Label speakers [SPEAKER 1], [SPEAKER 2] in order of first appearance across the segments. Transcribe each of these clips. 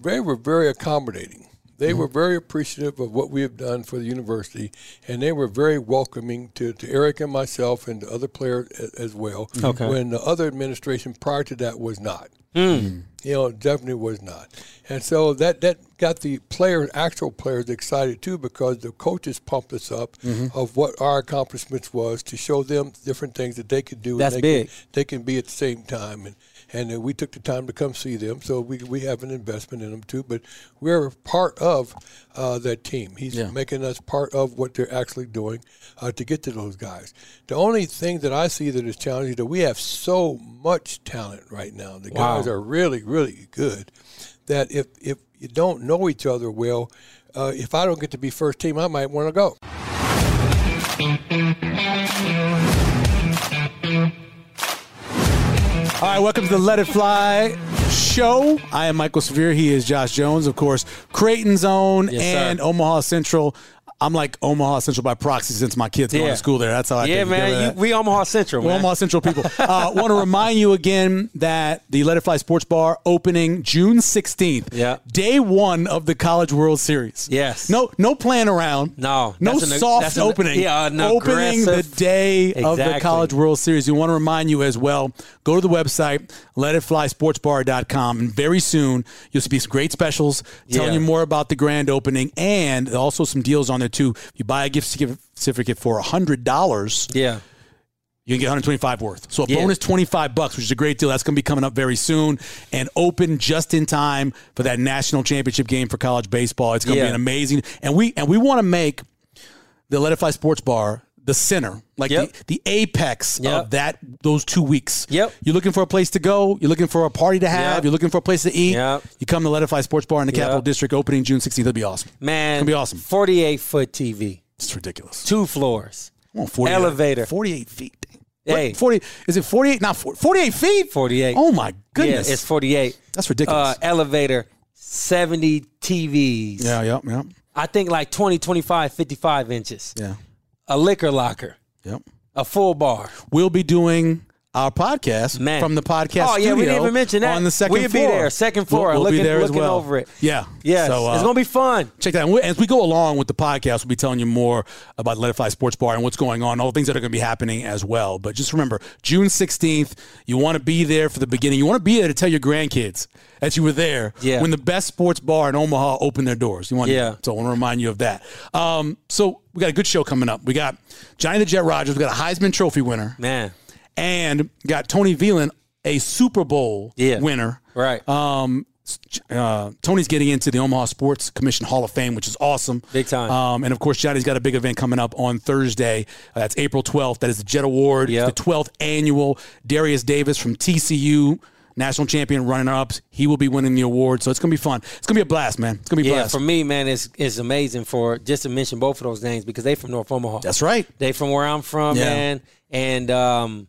[SPEAKER 1] they were very accommodating. They
[SPEAKER 2] Mm-hmm.
[SPEAKER 1] were very appreciative of what we have done for the university, and they were very welcoming to, to Eric and myself and to other players a- as well.
[SPEAKER 2] Okay. Mm.
[SPEAKER 1] When the other administration prior to that was not, you know, definitely was not, and so that that got the players, actual players, excited too because the coaches pumped us up
[SPEAKER 2] Mm-hmm.
[SPEAKER 1] of what our accomplishments was to show them different things that they could do. and
[SPEAKER 2] That's
[SPEAKER 1] they could-
[SPEAKER 2] big.
[SPEAKER 1] they can be at the same time and and uh, we took the time to come see them so we, we have an investment in them too but we're part of uh, that team he's
[SPEAKER 3] Yeah.
[SPEAKER 1] making us part of what they're actually doing uh, to get to those guys the only thing that i see that is challenging is that we have so much talent right now the
[SPEAKER 2] Wow.
[SPEAKER 1] guys are really really good that if if you don't know each other well uh, if i don't get to be first team i might want to go
[SPEAKER 2] All right, welcome to the Let It Fly show. I am Michael Severe. He is Josh Jones, of course, Creighton's own
[SPEAKER 3] Yes, sir.
[SPEAKER 2] and Omaha Central. I'm like Omaha Central by proxy since my kids going
[SPEAKER 3] Yeah.
[SPEAKER 2] to school there. That's how
[SPEAKER 3] yeah,
[SPEAKER 2] I take care of
[SPEAKER 3] man.
[SPEAKER 2] that.
[SPEAKER 3] You, we Omaha Central,
[SPEAKER 2] We're
[SPEAKER 3] man.
[SPEAKER 2] Omaha Central people. Uh, want to remind you again that the Let It Fly Sports Bar opening June 16th.
[SPEAKER 3] Yeah.
[SPEAKER 2] Day one of the College World Series.
[SPEAKER 3] Yes.
[SPEAKER 2] No no playing around.
[SPEAKER 3] No,
[SPEAKER 2] No
[SPEAKER 3] that's an-
[SPEAKER 2] soft
[SPEAKER 3] that's an-
[SPEAKER 2] opening.
[SPEAKER 3] yeah, an
[SPEAKER 2] opening the
[SPEAKER 3] aggressive-
[SPEAKER 2] day of the
[SPEAKER 3] Exactly.
[SPEAKER 2] College World Series. We want to remind you as well, go to the website, letitflysportsbar.com, and very soon you'll see some great specials telling
[SPEAKER 3] Yeah.
[SPEAKER 2] you more about the grand opening and also some deals on there too. If you buy a gift certificate for $100,
[SPEAKER 3] yeah.
[SPEAKER 2] you can get 125 worth. So a
[SPEAKER 3] Yeah.
[SPEAKER 2] bonus 25 bucks, which is a great deal. That's going to be coming up very soon and open just in time for that national championship game for college baseball. It's going to
[SPEAKER 3] Yeah.
[SPEAKER 2] be an amazing. And we and we want to make the Let It Fly Sports Bar the center, like
[SPEAKER 3] Yep.
[SPEAKER 2] the, the apex of
[SPEAKER 3] Yep.
[SPEAKER 2] that those two weeks.
[SPEAKER 3] Yep.
[SPEAKER 2] You're looking for a place to go. You're looking for a party to have.
[SPEAKER 3] Yep.
[SPEAKER 2] You're looking for a place to eat.
[SPEAKER 3] Yep.
[SPEAKER 2] You come to Let It Fly Sports Bar in the
[SPEAKER 3] Yep.
[SPEAKER 2] Capital District opening June 16th. That'd be awesome.
[SPEAKER 3] Man.
[SPEAKER 2] It's gonna be awesome.
[SPEAKER 3] 48 foot TV,
[SPEAKER 2] It's ridiculous.
[SPEAKER 3] two floors,
[SPEAKER 2] Come on, 48,
[SPEAKER 3] Elevator.
[SPEAKER 2] 48 feet.
[SPEAKER 3] Hey.
[SPEAKER 2] What, 40, is it 48? Not 40, 48 feet?
[SPEAKER 3] 48.
[SPEAKER 2] Oh my goodness.
[SPEAKER 3] Yeah, it's 48.
[SPEAKER 2] That's
[SPEAKER 3] Uh,
[SPEAKER 2] ridiculous.
[SPEAKER 3] elevator, 70 TVs.
[SPEAKER 2] yeah, yeah, yeah.
[SPEAKER 3] I think like 20, 25, 55 inches.
[SPEAKER 2] Yeah.
[SPEAKER 3] A liquor locker,
[SPEAKER 2] Yep.
[SPEAKER 3] a full bar.
[SPEAKER 2] We'll be doing our podcast
[SPEAKER 3] Man.
[SPEAKER 2] from the podcast
[SPEAKER 3] Oh, yeah, we didn't
[SPEAKER 2] studio
[SPEAKER 3] even mention that.
[SPEAKER 2] on the second
[SPEAKER 3] We'll be
[SPEAKER 2] floor.
[SPEAKER 3] there, second floor, looking- looking over it.
[SPEAKER 2] Yeah.
[SPEAKER 3] Yes.
[SPEAKER 2] So, uh,
[SPEAKER 3] it's going to be fun.
[SPEAKER 2] Check that out. And we- As we go along with the podcast, we'll be telling you more about Let It Fly Sports Bar and what's going on, all the things that are going to be happening as well. But just remember, June 16th, you want to be there for the beginning. You want to be there to tell your grandkids that you were there
[SPEAKER 3] Yeah.
[SPEAKER 2] when the best sports bar in Omaha opened their doors. You want
[SPEAKER 3] Yeah.
[SPEAKER 2] So I want to remind you of that. Um, so we got a good show coming up. We got Johnny the Jet Rogers. We got a Heisman Trophy winner
[SPEAKER 3] Man.
[SPEAKER 2] and got Tony Veland, a Super Bowl
[SPEAKER 3] Yeah.
[SPEAKER 2] winner.
[SPEAKER 3] Right.
[SPEAKER 2] Um, uh, Tony's getting into the Omaha Sports Commission Hall of Fame, which is awesome.
[SPEAKER 3] Big time.
[SPEAKER 2] Um, and of course, Johnny's got a big event coming up on Thursday. Uh, that's April 12th. That is the Jet Award. It's
[SPEAKER 3] Yep.
[SPEAKER 2] the 12th annual Darius Davis from TCU. National champion running ups. He will be winning the award. So it's going to be fun. It's going to be a blast, man. It's going to be a
[SPEAKER 3] yeah,
[SPEAKER 2] blast.
[SPEAKER 3] for me, man, it's, it's amazing for just to mention both of those names because they from North Omaha.
[SPEAKER 2] That's right.
[SPEAKER 3] They from where I'm from,
[SPEAKER 2] Yeah.
[SPEAKER 3] man. And um,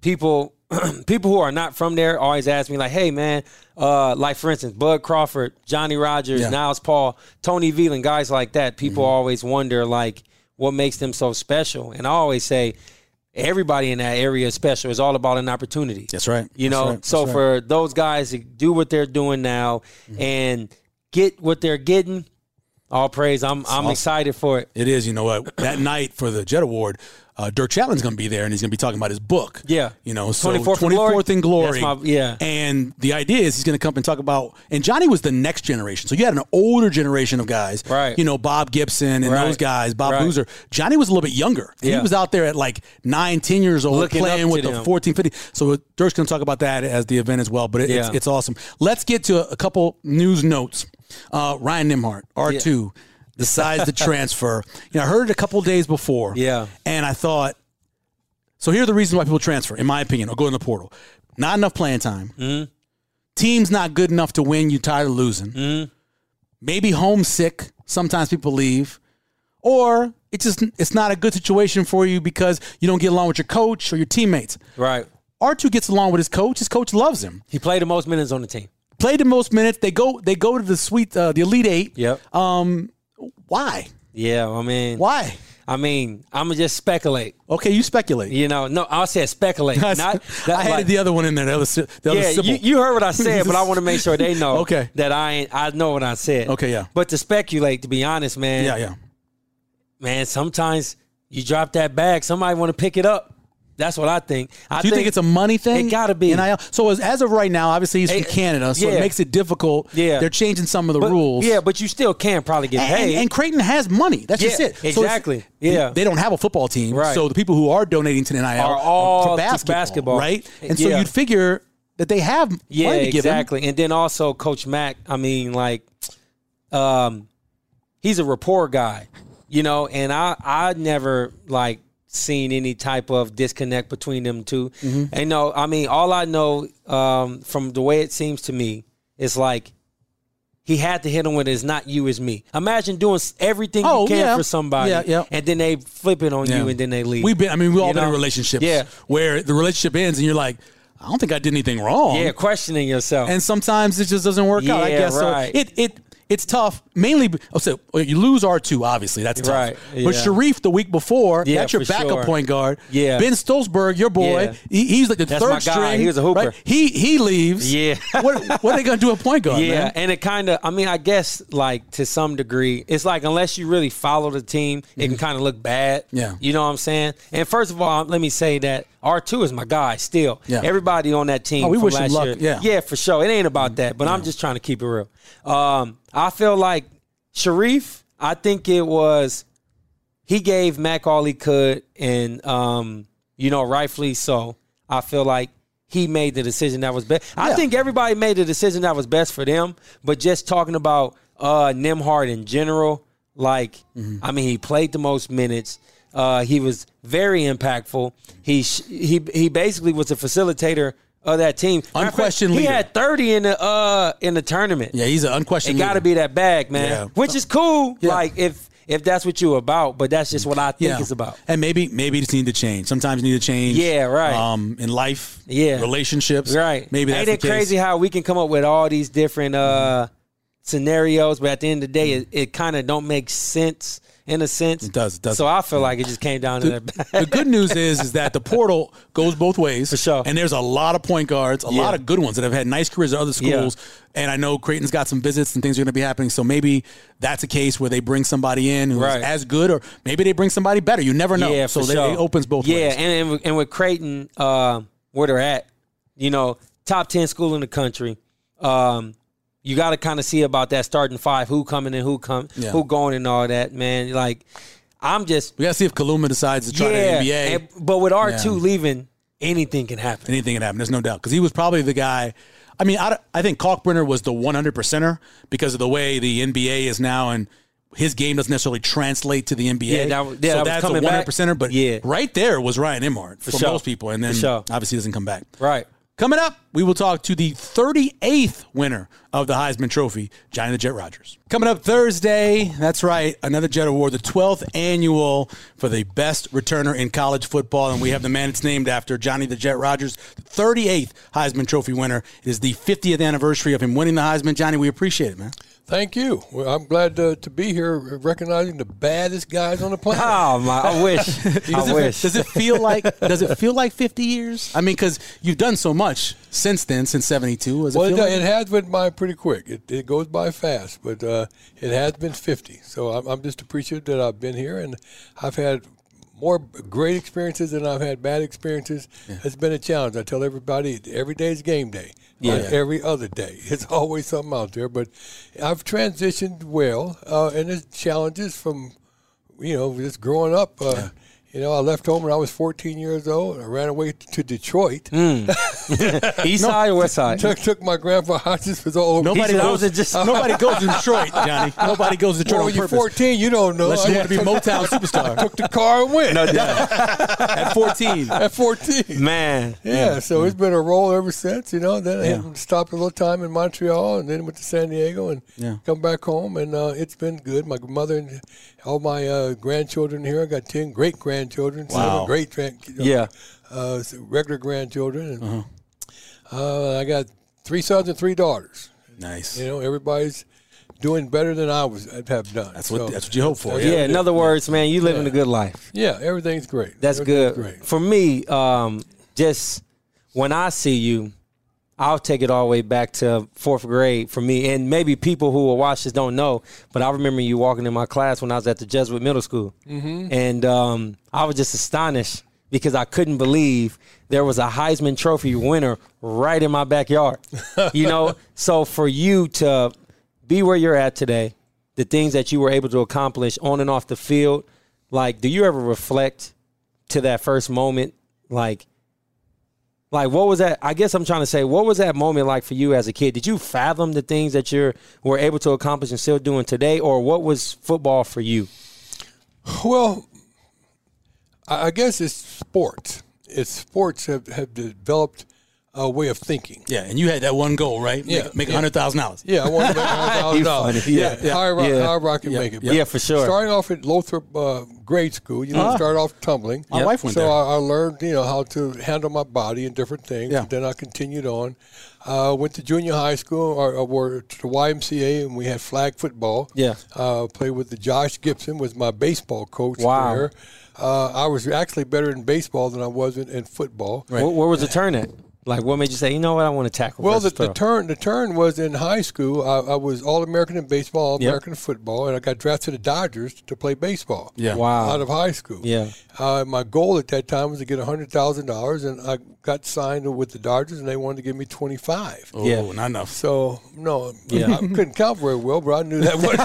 [SPEAKER 3] people people who are not from there always ask me, like, hey man, uh, like for instance, Bud Crawford, Johnny Rogers,
[SPEAKER 2] Yeah. Mm-hmm.
[SPEAKER 3] Niles Paul, Tony Veland, guys like that. People always wonder like what makes them so special. And I always say everybody in that area is special. It's all about an opportunity.
[SPEAKER 2] That's right.
[SPEAKER 3] You
[SPEAKER 2] That's
[SPEAKER 3] know,
[SPEAKER 2] right.
[SPEAKER 3] so
[SPEAKER 2] That's right. Mm-hmm.
[SPEAKER 3] for those guys to do what they're doing now and get what they're getting, all praise. I'm I'm
[SPEAKER 2] awesome.
[SPEAKER 3] excited for it.
[SPEAKER 2] It is, you know what? That night for the Jet Award, uh, Dirk Chaplin's going to be there, and he's going to be talking about his book.
[SPEAKER 3] Yeah.
[SPEAKER 2] you know, so
[SPEAKER 3] 24th
[SPEAKER 2] 24th,
[SPEAKER 3] in Glory.
[SPEAKER 2] in glory.
[SPEAKER 3] That's my- yeah.
[SPEAKER 2] and the idea is he's going to come and talk about. And Johnny was the next generation, so you had an older generation of guys,
[SPEAKER 3] Right.
[SPEAKER 2] You know, Bob Gibson and
[SPEAKER 3] Right.
[SPEAKER 2] those guys, Bob
[SPEAKER 3] Right.
[SPEAKER 2] Boozer. Johnny was a little bit younger. He
[SPEAKER 3] Yeah.
[SPEAKER 2] was out there at like nine, ten years old,
[SPEAKER 3] Looking up
[SPEAKER 2] playing
[SPEAKER 3] to
[SPEAKER 2] with the
[SPEAKER 3] them.
[SPEAKER 2] 14, 15. So Dirk's going to talk about that as the event as well. But it, it's,
[SPEAKER 3] Yeah.
[SPEAKER 2] it's awesome. Let's get to a, a couple news notes. Uh, Ryan Nimhart, R two. Decides to transfer. You know, I heard it a couple days before.
[SPEAKER 3] Yeah.
[SPEAKER 2] And I thought, so here are the reasons why people transfer, in my opinion, or go in the portal. Not enough playing time.
[SPEAKER 3] Mm-hmm.
[SPEAKER 2] Team's not good enough to win. You tired of losing.
[SPEAKER 3] Mm-hmm.
[SPEAKER 2] Maybe homesick. Sometimes people leave, or it's just it's not a good situation for you because you don't get along with your coach or your teammates.
[SPEAKER 3] Right.
[SPEAKER 2] R two gets along with his coach. His coach loves him.
[SPEAKER 3] He played the most minutes on the team.
[SPEAKER 2] Played the most minutes. They go they go to the sweet uh, the elite eight.
[SPEAKER 3] Yep.
[SPEAKER 2] Um, why
[SPEAKER 3] Yeah, I mean,
[SPEAKER 2] why?
[SPEAKER 3] I mean, I'm gonna just speculate.
[SPEAKER 2] Okay, you speculate.
[SPEAKER 3] You know, no, I said speculate. not
[SPEAKER 2] I
[SPEAKER 3] like-
[SPEAKER 2] had the other one in there. The other, si- the other
[SPEAKER 3] yeah,
[SPEAKER 2] symbol.
[SPEAKER 3] you, you heard what I said, but I want to make sure they know
[SPEAKER 2] Okay.
[SPEAKER 3] that I ain't, I know what I said.
[SPEAKER 2] Okay, yeah.
[SPEAKER 3] But to speculate, to be honest, man,
[SPEAKER 2] yeah, yeah.
[SPEAKER 3] man, sometimes you drop that bag, somebody want to pick it up. That's what I think. I
[SPEAKER 2] Do you think, it's a money thing?
[SPEAKER 3] It gotta be.
[SPEAKER 2] NIL? So as, as of right now, obviously he's from
[SPEAKER 3] Eh,
[SPEAKER 2] Canada, so it
[SPEAKER 3] yeah.
[SPEAKER 2] makes it difficult.
[SPEAKER 3] Yeah.
[SPEAKER 2] they're changing some of the
[SPEAKER 3] but-
[SPEAKER 2] rules.
[SPEAKER 3] Yeah, but you still can probably get
[SPEAKER 2] And,
[SPEAKER 3] paid.
[SPEAKER 2] and, and Creighton has money. That's
[SPEAKER 3] Yeah,
[SPEAKER 2] just it. it's-
[SPEAKER 3] exactly. Yeah.
[SPEAKER 2] They, they don't have a football team.
[SPEAKER 3] Right.
[SPEAKER 2] So the people who are donating to the NIL
[SPEAKER 3] Are all
[SPEAKER 2] for
[SPEAKER 3] to
[SPEAKER 2] basketball,
[SPEAKER 3] basketball.
[SPEAKER 2] Right? And so
[SPEAKER 3] Yeah.
[SPEAKER 2] you'd figure that they have
[SPEAKER 3] yeah,
[SPEAKER 2] money to give them.
[SPEAKER 3] exactly. And then also Coach Mack, I mean, like, um, he's a rapport guy, you know, and I I never like seen any type of disconnect between them 2
[SPEAKER 2] Mm-hmm.
[SPEAKER 3] And no, I mean, all I know um, from the way it seems to me is like he had to hit him with "It's not you, it's me." Imagine doing s- everything
[SPEAKER 2] Oh,
[SPEAKER 3] you can
[SPEAKER 2] yeah.
[SPEAKER 3] for somebody,
[SPEAKER 2] Yeah, yeah.
[SPEAKER 3] and then they flip it on
[SPEAKER 2] Yeah.
[SPEAKER 3] you, and then they leave.
[SPEAKER 2] We've been. I mean, we've all
[SPEAKER 3] You
[SPEAKER 2] been in
[SPEAKER 3] know?
[SPEAKER 2] relationships
[SPEAKER 3] Yeah.
[SPEAKER 2] where the relationship ends, and you're like, I don't think I did anything wrong.
[SPEAKER 3] yeah, questioning yourself.
[SPEAKER 2] And sometimes it just doesn't work out. I
[SPEAKER 3] Yeah,
[SPEAKER 2] guess
[SPEAKER 3] right.
[SPEAKER 2] so. It it it's tough. Mainly, b- oh, so well, you lose R two. Obviously, that's tough.
[SPEAKER 3] Right,
[SPEAKER 2] But
[SPEAKER 3] yeah.
[SPEAKER 2] Sharif the week before,
[SPEAKER 3] Yeah,
[SPEAKER 2] that's your
[SPEAKER 3] for
[SPEAKER 2] backup
[SPEAKER 3] sure.
[SPEAKER 2] point guard.
[SPEAKER 3] Yeah.
[SPEAKER 2] Ben Stolzberg, your boy.
[SPEAKER 3] Yeah.
[SPEAKER 2] He, he's like the
[SPEAKER 3] That's
[SPEAKER 2] third
[SPEAKER 3] my guy.
[SPEAKER 2] string.
[SPEAKER 3] He was a hooper.
[SPEAKER 2] He he leaves.
[SPEAKER 3] Yeah.
[SPEAKER 2] what what are they gonna do at point guard?
[SPEAKER 3] Yeah,
[SPEAKER 2] man?
[SPEAKER 3] and it kind of, I mean, I guess like to some degree, it's like unless you really follow the team, it can kind of look bad.
[SPEAKER 2] Mm-hmm. Yeah.
[SPEAKER 3] You know what I'm saying? And first of all, let me say that R2 is my guy still.
[SPEAKER 2] Yeah.
[SPEAKER 3] Everybody on that team.
[SPEAKER 2] Oh, we
[SPEAKER 3] from
[SPEAKER 2] wish him
[SPEAKER 3] last
[SPEAKER 2] luck.
[SPEAKER 3] year-
[SPEAKER 2] Yeah. Mm-hmm.
[SPEAKER 3] Yeah, for sure. It ain't about that, but I'm just trying to keep it real. Um, I feel like Sharif, I think it was, he gave Mac all he could, and, um, you know, rightfully so. I feel like he made the decision that was best. I
[SPEAKER 2] Yeah.
[SPEAKER 3] think everybody made the decision that was best for them, but just talking about uh, Nimhard in general, like,
[SPEAKER 2] Mm-hmm.
[SPEAKER 3] I mean, he played the most minutes. Uh, he was very impactful. He sh- he he basically was a facilitator of that team. Matter of fact,
[SPEAKER 2] Unquestioned
[SPEAKER 3] He
[SPEAKER 2] leader.
[SPEAKER 3] had thirty in the uh in the tournament.
[SPEAKER 2] yeah. He's an
[SPEAKER 3] It
[SPEAKER 2] unquestioned.
[SPEAKER 3] got to
[SPEAKER 2] leader.
[SPEAKER 3] be that bag, man.
[SPEAKER 2] Yeah.
[SPEAKER 3] Which is cool.
[SPEAKER 2] Yeah.
[SPEAKER 3] Like if if that's what you're about, but that's just what I think
[SPEAKER 2] yeah.
[SPEAKER 3] it's about.
[SPEAKER 2] And maybe maybe you just need to change. Sometimes you need to change.
[SPEAKER 3] Yeah, right.
[SPEAKER 2] Um, in life.
[SPEAKER 3] Yeah.
[SPEAKER 2] Relationships.
[SPEAKER 3] Right.
[SPEAKER 2] Maybe that's
[SPEAKER 3] Ain't
[SPEAKER 2] the
[SPEAKER 3] it
[SPEAKER 2] case.
[SPEAKER 3] crazy how we can come up with all these different uh scenarios, but at the end of the day, it, it kind of don't make sense in a sense. It
[SPEAKER 2] does, it does.
[SPEAKER 3] So I feel like it just came down to that.
[SPEAKER 2] the good news is is that the portal goes both ways. For
[SPEAKER 3] sure.
[SPEAKER 2] And there's a lot of point guards, a lot of good ones that have had nice careers at other schools. And I know Creighton's got some visits and things are going to be happening. So maybe that's a case where they bring somebody in who's
[SPEAKER 3] Right.
[SPEAKER 2] as good, or maybe they bring somebody better. You never know.
[SPEAKER 3] Yeah,
[SPEAKER 2] so
[SPEAKER 3] for
[SPEAKER 2] they,
[SPEAKER 3] sure.
[SPEAKER 2] it opens both
[SPEAKER 3] yeah,
[SPEAKER 2] ways.
[SPEAKER 3] and, and and with Creighton, uh, where they're at, you know, top ten school in the country. Um, you got to kind of see about that starting five, who coming and who come,
[SPEAKER 2] Yeah.
[SPEAKER 3] who going and all that, man. Like, I'm just
[SPEAKER 2] we got to see if Kaluma decides to try
[SPEAKER 3] yeah,
[SPEAKER 2] the NBA.
[SPEAKER 3] and- but with R two
[SPEAKER 2] Yeah.
[SPEAKER 3] leaving, anything can happen.
[SPEAKER 2] anything can happen. There's no doubt because he was probably the guy. I mean, I, I think Kalkbrenner was the 100 percenter because of the way the NBA is now, and his game doesn't necessarily translate to the NBA.
[SPEAKER 3] Yeah, that was- yeah, that
[SPEAKER 2] so
[SPEAKER 3] was
[SPEAKER 2] that's a
[SPEAKER 3] coming back.
[SPEAKER 2] 100 percenter. But
[SPEAKER 3] Yeah.
[SPEAKER 2] right there was Ryan Imhart for,
[SPEAKER 3] sure.
[SPEAKER 2] most people, and then
[SPEAKER 3] For sure.
[SPEAKER 2] obviously he doesn't come back.
[SPEAKER 3] Right.
[SPEAKER 2] Coming up, we will talk to the 38th winner of the Heisman Trophy, Johnny the Jet Rogers. Coming up Thursday, that's right, another Jet Award, the 12th annual for the best returner in college football. And we have the man it's named after, Johnny the Jet Rogers, 38th Heisman Trophy winner. It is the 50th anniversary of him winning the Heisman. Johnny, we appreciate it, man.
[SPEAKER 1] Thank you. Well, I'm glad to, to be here recognizing the baddest guys on the planet.
[SPEAKER 3] Oh my! I wish.
[SPEAKER 2] Does
[SPEAKER 3] I
[SPEAKER 2] it,
[SPEAKER 3] wish.
[SPEAKER 2] does it feel like does it feel like 50 years? I mean, because you've done so much since then, since 72. Does it
[SPEAKER 1] Well, it,
[SPEAKER 2] feel like-
[SPEAKER 1] it has been by pretty quick. It, it goes by fast, but uh, it has been 50. So I'm, I'm just appreciative that I've been here and I've had more great experiences than I've had bad experiences. It's been a challenge. I tell everybody every day is game day. Like
[SPEAKER 3] Yeah.
[SPEAKER 1] every other day. It's always something out there, but I've transitioned well, uh, and there's challenges from you know, just growing up, uh, you know, I left home when I was 14 years old. and I ran away t- to Detroit.
[SPEAKER 3] East side or west side?
[SPEAKER 1] Took, took my grandpa Hodges was all over.
[SPEAKER 2] Nobody
[SPEAKER 3] said, "I
[SPEAKER 2] goes,
[SPEAKER 3] was just-
[SPEAKER 2] nobody goes to Detroit, Johnny. Nobody goes to Detroit
[SPEAKER 1] Well,
[SPEAKER 2] on
[SPEAKER 1] when you're
[SPEAKER 2] purpose.
[SPEAKER 1] 14, you don't know.
[SPEAKER 2] Unless you
[SPEAKER 1] I
[SPEAKER 2] want to be
[SPEAKER 1] took-
[SPEAKER 2] Motown superstar
[SPEAKER 1] Took the car and went
[SPEAKER 2] at 14.
[SPEAKER 1] at
[SPEAKER 2] Mm.
[SPEAKER 1] 14.
[SPEAKER 3] Man,
[SPEAKER 1] Yeah, so it's been a roll ever since, you know. Then I had stopped a little time in Montreal, and then went to San Diego, and
[SPEAKER 2] Yeah.
[SPEAKER 1] come back home, and uh, it's been good. My mother and all my uh, grandchildren here. I got ten great grandchildren,
[SPEAKER 2] Wow.
[SPEAKER 1] seven great grand,
[SPEAKER 3] Yeah.
[SPEAKER 1] uh, s- regular grandchildren, and
[SPEAKER 2] Uh-huh.
[SPEAKER 1] uh I got three sons and three daughters.
[SPEAKER 2] Nice.
[SPEAKER 1] You know, everybody's doing better than I was I'd have done.
[SPEAKER 2] That's what
[SPEAKER 1] So,
[SPEAKER 2] that's what you hope for.
[SPEAKER 3] Yeah, in other words, man, you living a good life.
[SPEAKER 1] yeah, everything's great.
[SPEAKER 3] That's
[SPEAKER 1] Everything's
[SPEAKER 3] good. For me, um, just when I see you, I'll take it all the way back to fourth grade for me. And maybe people who will watch this don't know, but I remember you walking in my class when I was at the Jesuit Middle School. Mm-hmm. And um, I was just astonished because I couldn't believe there was a Heisman Trophy winner right in my backyard. you know? So for you to be where you're at today, the things that you were able to accomplish on and off the field, like, do you ever reflect to that first moment? Like, like what was that i guess i'm trying to say what was that moment like for you as a kid did you fathom the things that you were able to accomplish and still doing today or what was football for you
[SPEAKER 1] Well, I I guess it's sports. It's sports have, have developed a way of thinking.
[SPEAKER 2] Yeah, and you had that one goal, right? Make-
[SPEAKER 1] Yeah.
[SPEAKER 2] make a hundred thousand dollars.
[SPEAKER 1] Yeah, I want to make
[SPEAKER 3] You
[SPEAKER 1] hundred thousand dollars.
[SPEAKER 3] funny. Yeah, yeah,
[SPEAKER 1] higher rock,
[SPEAKER 3] yeah.
[SPEAKER 1] higher rock can make it.
[SPEAKER 3] yeah, for sure. Uh-huh.
[SPEAKER 1] Starting off at Lothrop uh, grade school, you know, start off tumbling.
[SPEAKER 2] My Yep. wife went
[SPEAKER 1] so
[SPEAKER 2] there.
[SPEAKER 1] I, I learned, you know, how to handle my body and different things.
[SPEAKER 2] Yeah.
[SPEAKER 1] Then I continued on. Uh, went to junior high school or, or were to the YMCA, and we had flag football.
[SPEAKER 3] Yeah.
[SPEAKER 1] Uh, played with the Josh Gibson was my baseball coach
[SPEAKER 3] Wow.
[SPEAKER 1] there. Uh, I was actually better in baseball than I was in, in football.
[SPEAKER 3] Wh- where, was the turn at like what made you say you know what i want to tackle
[SPEAKER 1] Well, the,
[SPEAKER 3] versus
[SPEAKER 1] the
[SPEAKER 3] throw?
[SPEAKER 1] turn the turn was in high school. I, I was all American in baseball, all
[SPEAKER 3] Yep.
[SPEAKER 1] American in football, and I got drafted to the Dodgers to play baseball.
[SPEAKER 2] Yeah.
[SPEAKER 3] Wow.
[SPEAKER 1] out of high school.
[SPEAKER 3] Yeah.
[SPEAKER 1] uh, my goal at that time was to get hundred thousand dollars, and I got signed with the Dodgers, and they wanted to give me twenty five.
[SPEAKER 2] Oh,
[SPEAKER 3] Yeah.
[SPEAKER 2] not enough.
[SPEAKER 1] So no,
[SPEAKER 3] Yeah.
[SPEAKER 1] I couldn't count very well, but I knew that wasn't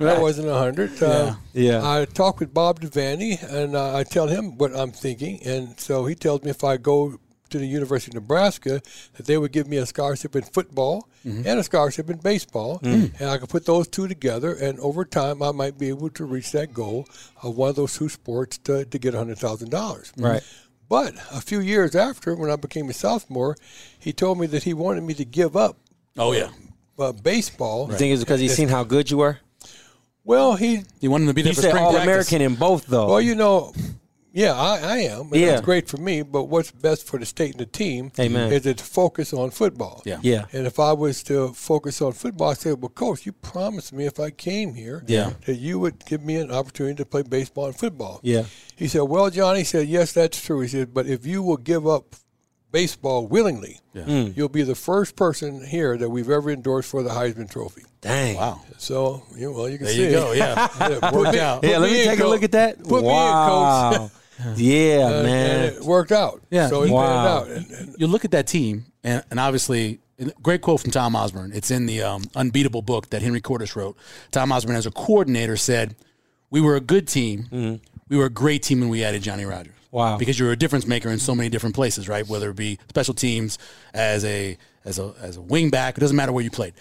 [SPEAKER 1] that wasn't a hundred. Uh,
[SPEAKER 3] Yeah. Yeah.
[SPEAKER 1] I talked with Bob Devaney, and uh, I tell him what I'm thinking, and so he tells me if I go to the University of Nebraska, that they would give me a scholarship in football
[SPEAKER 3] Mm-hmm.
[SPEAKER 1] and a scholarship in baseball,
[SPEAKER 3] Mm.
[SPEAKER 1] and I could put those two together, and over time I might be able to reach that goal of one of those two sports to, to get hundred thousand dollars.
[SPEAKER 3] right
[SPEAKER 1] But a few years after, when I became a sophomore, he told me that he wanted me to give up
[SPEAKER 2] Oh yeah,
[SPEAKER 1] uh, baseball.
[SPEAKER 3] you think it's because he's seen how good you were
[SPEAKER 1] Well, he,
[SPEAKER 2] you wanted to be there
[SPEAKER 3] you
[SPEAKER 2] for
[SPEAKER 3] said
[SPEAKER 2] spring
[SPEAKER 3] all
[SPEAKER 2] practice.
[SPEAKER 3] american in both though
[SPEAKER 1] well, you know, yeah, I, I am. and
[SPEAKER 3] Yeah.
[SPEAKER 1] It's great for me, but what's best for the state and the team
[SPEAKER 3] Amen.
[SPEAKER 1] is to focus on football.
[SPEAKER 2] Yeah.
[SPEAKER 3] yeah
[SPEAKER 1] And if I was to focus on football, I said, well, coach, you promised me if I came here
[SPEAKER 2] Yeah.
[SPEAKER 1] that you would give me an opportunity to play baseball and football.
[SPEAKER 3] yeah
[SPEAKER 1] He said, Well, John, he said, Yes, that's true. He said, But if you will give up baseball willingly,
[SPEAKER 2] Hmm.
[SPEAKER 1] you'll be the first person here that we've ever endorsed for the Heisman Trophy.
[SPEAKER 3] dang
[SPEAKER 2] Wow,
[SPEAKER 1] So, you, well, you can
[SPEAKER 2] there
[SPEAKER 1] see.
[SPEAKER 2] you go. Yeah,
[SPEAKER 1] Yeah, put me-
[SPEAKER 2] out.
[SPEAKER 1] put
[SPEAKER 3] yeah let me
[SPEAKER 1] in,
[SPEAKER 3] take a
[SPEAKER 1] coach.
[SPEAKER 3] look at that
[SPEAKER 1] Put
[SPEAKER 3] wow
[SPEAKER 1] me in, coach.
[SPEAKER 3] yeah
[SPEAKER 1] And-
[SPEAKER 3] man
[SPEAKER 1] And it worked out.
[SPEAKER 2] Yeah.
[SPEAKER 1] So it
[SPEAKER 3] Wow.
[SPEAKER 1] panned out. And, and
[SPEAKER 2] you look at that team, and, and obviously, and great quote from Tom Osborne. It's in the um, unbeatable book that Henry Cordes wrote. Tom Osborne, as a coordinator, said, "We were a good team. We were a great team when we added Johnny Rogers.
[SPEAKER 3] Mm-hmm. Wow.
[SPEAKER 2] because you were a difference maker in so many different places, right? Whether it be special teams, as a as a as a wing back, it doesn't matter where you played.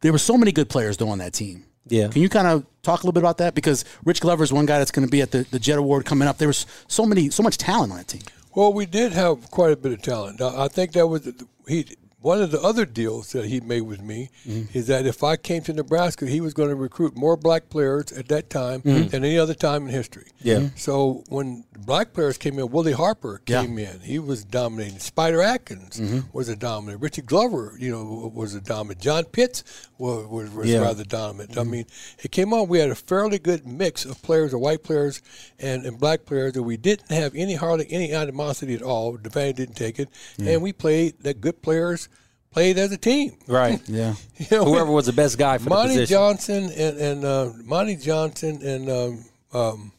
[SPEAKER 2] There were so many good players though on that team.
[SPEAKER 3] Yeah.
[SPEAKER 2] Can you kind of talk a little bit about that? Because Rich Glover is one guy that's going to be at the, the Jet Award coming up. There was so many, so much talent on that team.
[SPEAKER 1] Well, we did have quite a bit of talent. I I think that was the- he. One of the other deals that he made with me
[SPEAKER 3] Mm-hmm.
[SPEAKER 1] is that if I came to Nebraska, he was going to recruit more black players at that time than any other time in history.
[SPEAKER 3] Mm-hmm. Yeah. Mhm.
[SPEAKER 1] So when black players came in, Willie Harper
[SPEAKER 2] Yeah.
[SPEAKER 1] came in. He was dominating. Spider Atkins was a dominant. Richie Glover, you know, w- was a dominant. John Pitts was, was, was
[SPEAKER 3] Yeah.
[SPEAKER 1] rather dominant. I mean, it came on. We had a fairly good mix of players, of white players and, and black players, and we didn't have any hardly any animosity at all. Devane didn't take it, and we played that good players played as a team.
[SPEAKER 3] right
[SPEAKER 2] Yeah.
[SPEAKER 1] You know, we-
[SPEAKER 3] whoever was the best guy for the
[SPEAKER 1] Monty
[SPEAKER 3] position
[SPEAKER 1] Johnson and and uh, Monty Johnson and um, um,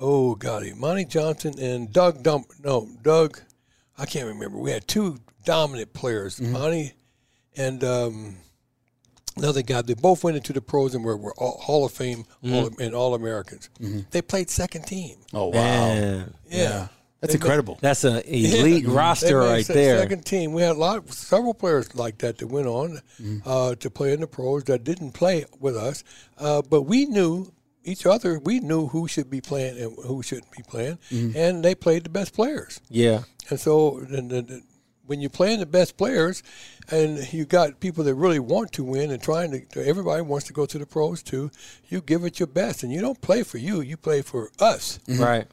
[SPEAKER 1] oh golly, Monty Johnson and Doug Dump. No, Doug, I can't remember. We had two dominant players,
[SPEAKER 3] Mm-hmm.
[SPEAKER 1] Monty and um, another guy. They both went into the pros and were, were all, Hall of Fame
[SPEAKER 3] Mm-hmm.
[SPEAKER 1] all, and All Americans. They played second team.
[SPEAKER 2] Oh wow.
[SPEAKER 3] Man.
[SPEAKER 1] Yeah.
[SPEAKER 2] That's incredible.
[SPEAKER 3] That's an elite
[SPEAKER 1] They
[SPEAKER 3] roster
[SPEAKER 1] made
[SPEAKER 3] right
[SPEAKER 1] se-
[SPEAKER 3] there.
[SPEAKER 1] Second team. We had a lot, several players like that that went on
[SPEAKER 3] Mm-hmm.
[SPEAKER 1] uh, to play in the pros that didn't play with us, uh, but we knew each other. We knew who should be playing and who shouldn't be playing,
[SPEAKER 3] Mm-hmm.
[SPEAKER 1] and they played the best players.
[SPEAKER 3] Yeah.
[SPEAKER 1] And so, and, and, and when you're playing the best players, and you got people that really want to win and trying to, to- everybody wants to go to the pros too. You give it your best, and you don't play for you. You play for us.
[SPEAKER 3] Right.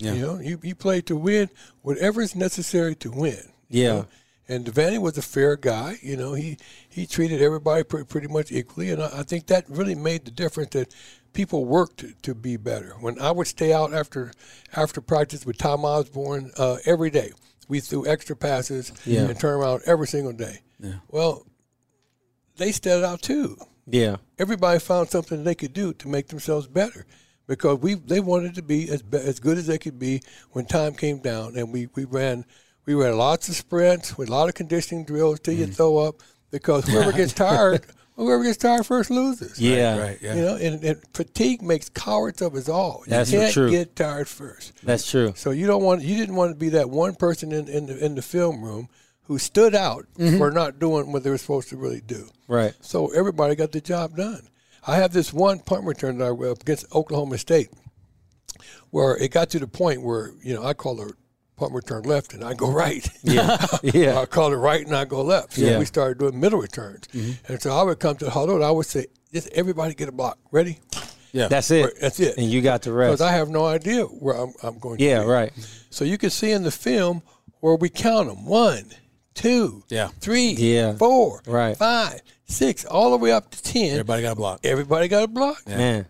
[SPEAKER 1] You know, you, you play to win whatever is necessary to win. you
[SPEAKER 3] Yeah.
[SPEAKER 1] know? And Devaney was a fair guy. You know, he, he treated everybody pre- pretty much equally. And I, I think that really made the difference that people worked to, to be better. When I would stay out after after practice with Tom Osborne uh, every day, we threw extra passes and turned around every single day. Well, they stayed out too
[SPEAKER 3] Yeah.
[SPEAKER 1] everybody found something they could do to make themselves better because we they wanted to be as be, as good as they could be when time came down and we, we ran we ran lots of sprints with a lot of conditioning drills till you
[SPEAKER 3] Mm.
[SPEAKER 1] throw up because whoever gets tired whoever gets tired first loses
[SPEAKER 3] Yeah.
[SPEAKER 2] Right. Yeah.
[SPEAKER 1] you know and, and fatigue makes cowards of us all
[SPEAKER 3] That's the
[SPEAKER 1] you can't
[SPEAKER 3] truth.
[SPEAKER 1] get tired first
[SPEAKER 3] That's true.
[SPEAKER 1] so you don't want you didn't want to be that one person in, in the in the film room who stood out
[SPEAKER 3] Mm-hmm.
[SPEAKER 1] for not doing what they were supposed to really do
[SPEAKER 3] Right.
[SPEAKER 1] so everybody got the job done. I have this one punt return that I up against Oklahoma State where it got to the point where, you know, I call her punt return left and I go right.
[SPEAKER 3] Yeah.
[SPEAKER 1] I
[SPEAKER 3] yeah.
[SPEAKER 1] call it right and I go left. So
[SPEAKER 3] Yeah. Mm-hmm.
[SPEAKER 1] we started doing middle returns. And so I would come to the huddle and I would say, just everybody get a block. Ready?
[SPEAKER 3] That's it.
[SPEAKER 1] That's it.
[SPEAKER 3] And you got the
[SPEAKER 1] Because
[SPEAKER 3] rest.
[SPEAKER 1] I have no idea where I'm, I'm going
[SPEAKER 3] yeah.
[SPEAKER 1] to be.
[SPEAKER 3] Right.
[SPEAKER 1] So you can see in the film where we count them one, two,
[SPEAKER 2] Yeah.
[SPEAKER 1] three,
[SPEAKER 3] Yeah.
[SPEAKER 1] four,
[SPEAKER 3] Right.
[SPEAKER 1] five, six, all the way up to 10.
[SPEAKER 2] Everybody got a block.
[SPEAKER 1] Everybody got a block.
[SPEAKER 3] Man.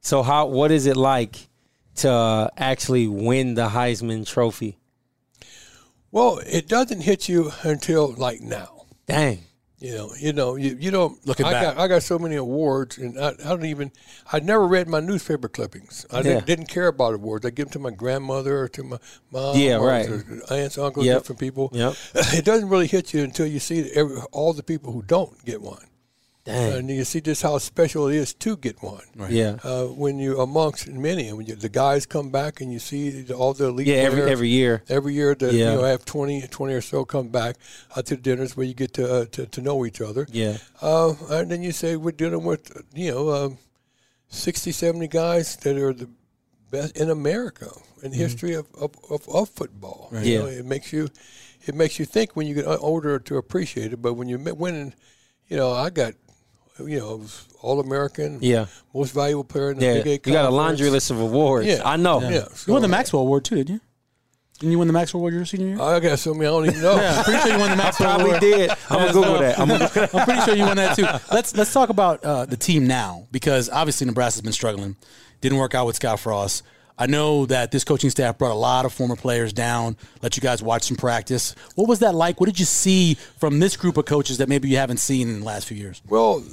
[SPEAKER 3] So how? What is it like to uh, actually win the Heisman Trophy?
[SPEAKER 1] Well, it doesn't hit you until like now.
[SPEAKER 3] Dang.
[SPEAKER 1] You know, you know, you, you don't
[SPEAKER 2] Looking
[SPEAKER 1] I
[SPEAKER 2] back.
[SPEAKER 1] got I got so many awards, and I, I don't even. I never read my newspaper clippings. I
[SPEAKER 3] Yeah.
[SPEAKER 1] didn't, didn't care about awards. I give them to my grandmother or to my mom,
[SPEAKER 3] Yeah,
[SPEAKER 1] or
[SPEAKER 3] right.
[SPEAKER 1] to aunts, uncles,
[SPEAKER 3] Yep.
[SPEAKER 1] different people.
[SPEAKER 3] Yep.
[SPEAKER 1] It doesn't really hit you until you see every, all the people who don't get one,
[SPEAKER 3] Dang.
[SPEAKER 1] and you see just how special it is to get one. Right.
[SPEAKER 3] Yeah.
[SPEAKER 1] Uh, when you're amongst many, and when you, the guys come back, and you see the, all the elite
[SPEAKER 3] Yeah. Every
[SPEAKER 1] players,
[SPEAKER 3] every year.
[SPEAKER 1] Every year, the,
[SPEAKER 3] Yeah.
[SPEAKER 1] you know, I have 20, 20 or so come back uh, to dinners where you get to, uh, to to know each other.
[SPEAKER 3] Yeah.
[SPEAKER 1] Uh, and then you say we're dealing with you know um, 60, 70 guys that are the best in America in the history of, of, of, of football. You
[SPEAKER 3] Mm-hmm. Yeah.
[SPEAKER 1] know, it makes you it makes you think when you get uh, older to appreciate it. But when you're mi- winning, you know, I got you know all American,
[SPEAKER 3] Yeah.
[SPEAKER 1] most valuable player in the
[SPEAKER 3] Yeah.
[SPEAKER 1] Big
[SPEAKER 3] You
[SPEAKER 1] Eight.
[SPEAKER 3] got a laundry
[SPEAKER 1] conference.
[SPEAKER 3] list of awards.
[SPEAKER 1] Yeah.
[SPEAKER 3] I know.
[SPEAKER 1] Yeah, so
[SPEAKER 2] You won the Maxwell Award too, didn't you? Didn't you win the Maxwell Award your senior year?
[SPEAKER 1] I got so many I don't even know.
[SPEAKER 2] yeah, I'm pretty sure you won the Maxwell
[SPEAKER 3] Probably
[SPEAKER 2] Award.
[SPEAKER 3] did. I'm gonna
[SPEAKER 2] Yeah,
[SPEAKER 3] Google
[SPEAKER 2] so-
[SPEAKER 3] that. I'm gonna,
[SPEAKER 2] I'm pretty sure you won that too. Let's let's talk about uh, the team now because obviously Nebraska's been struggling. Didn't work out with Scott Frost. I know that this coaching staff brought a lot of former players down. Let you guys watch some practice. What was that like? What did you see from this group of coaches that maybe you haven't seen in the last few years?
[SPEAKER 1] Well,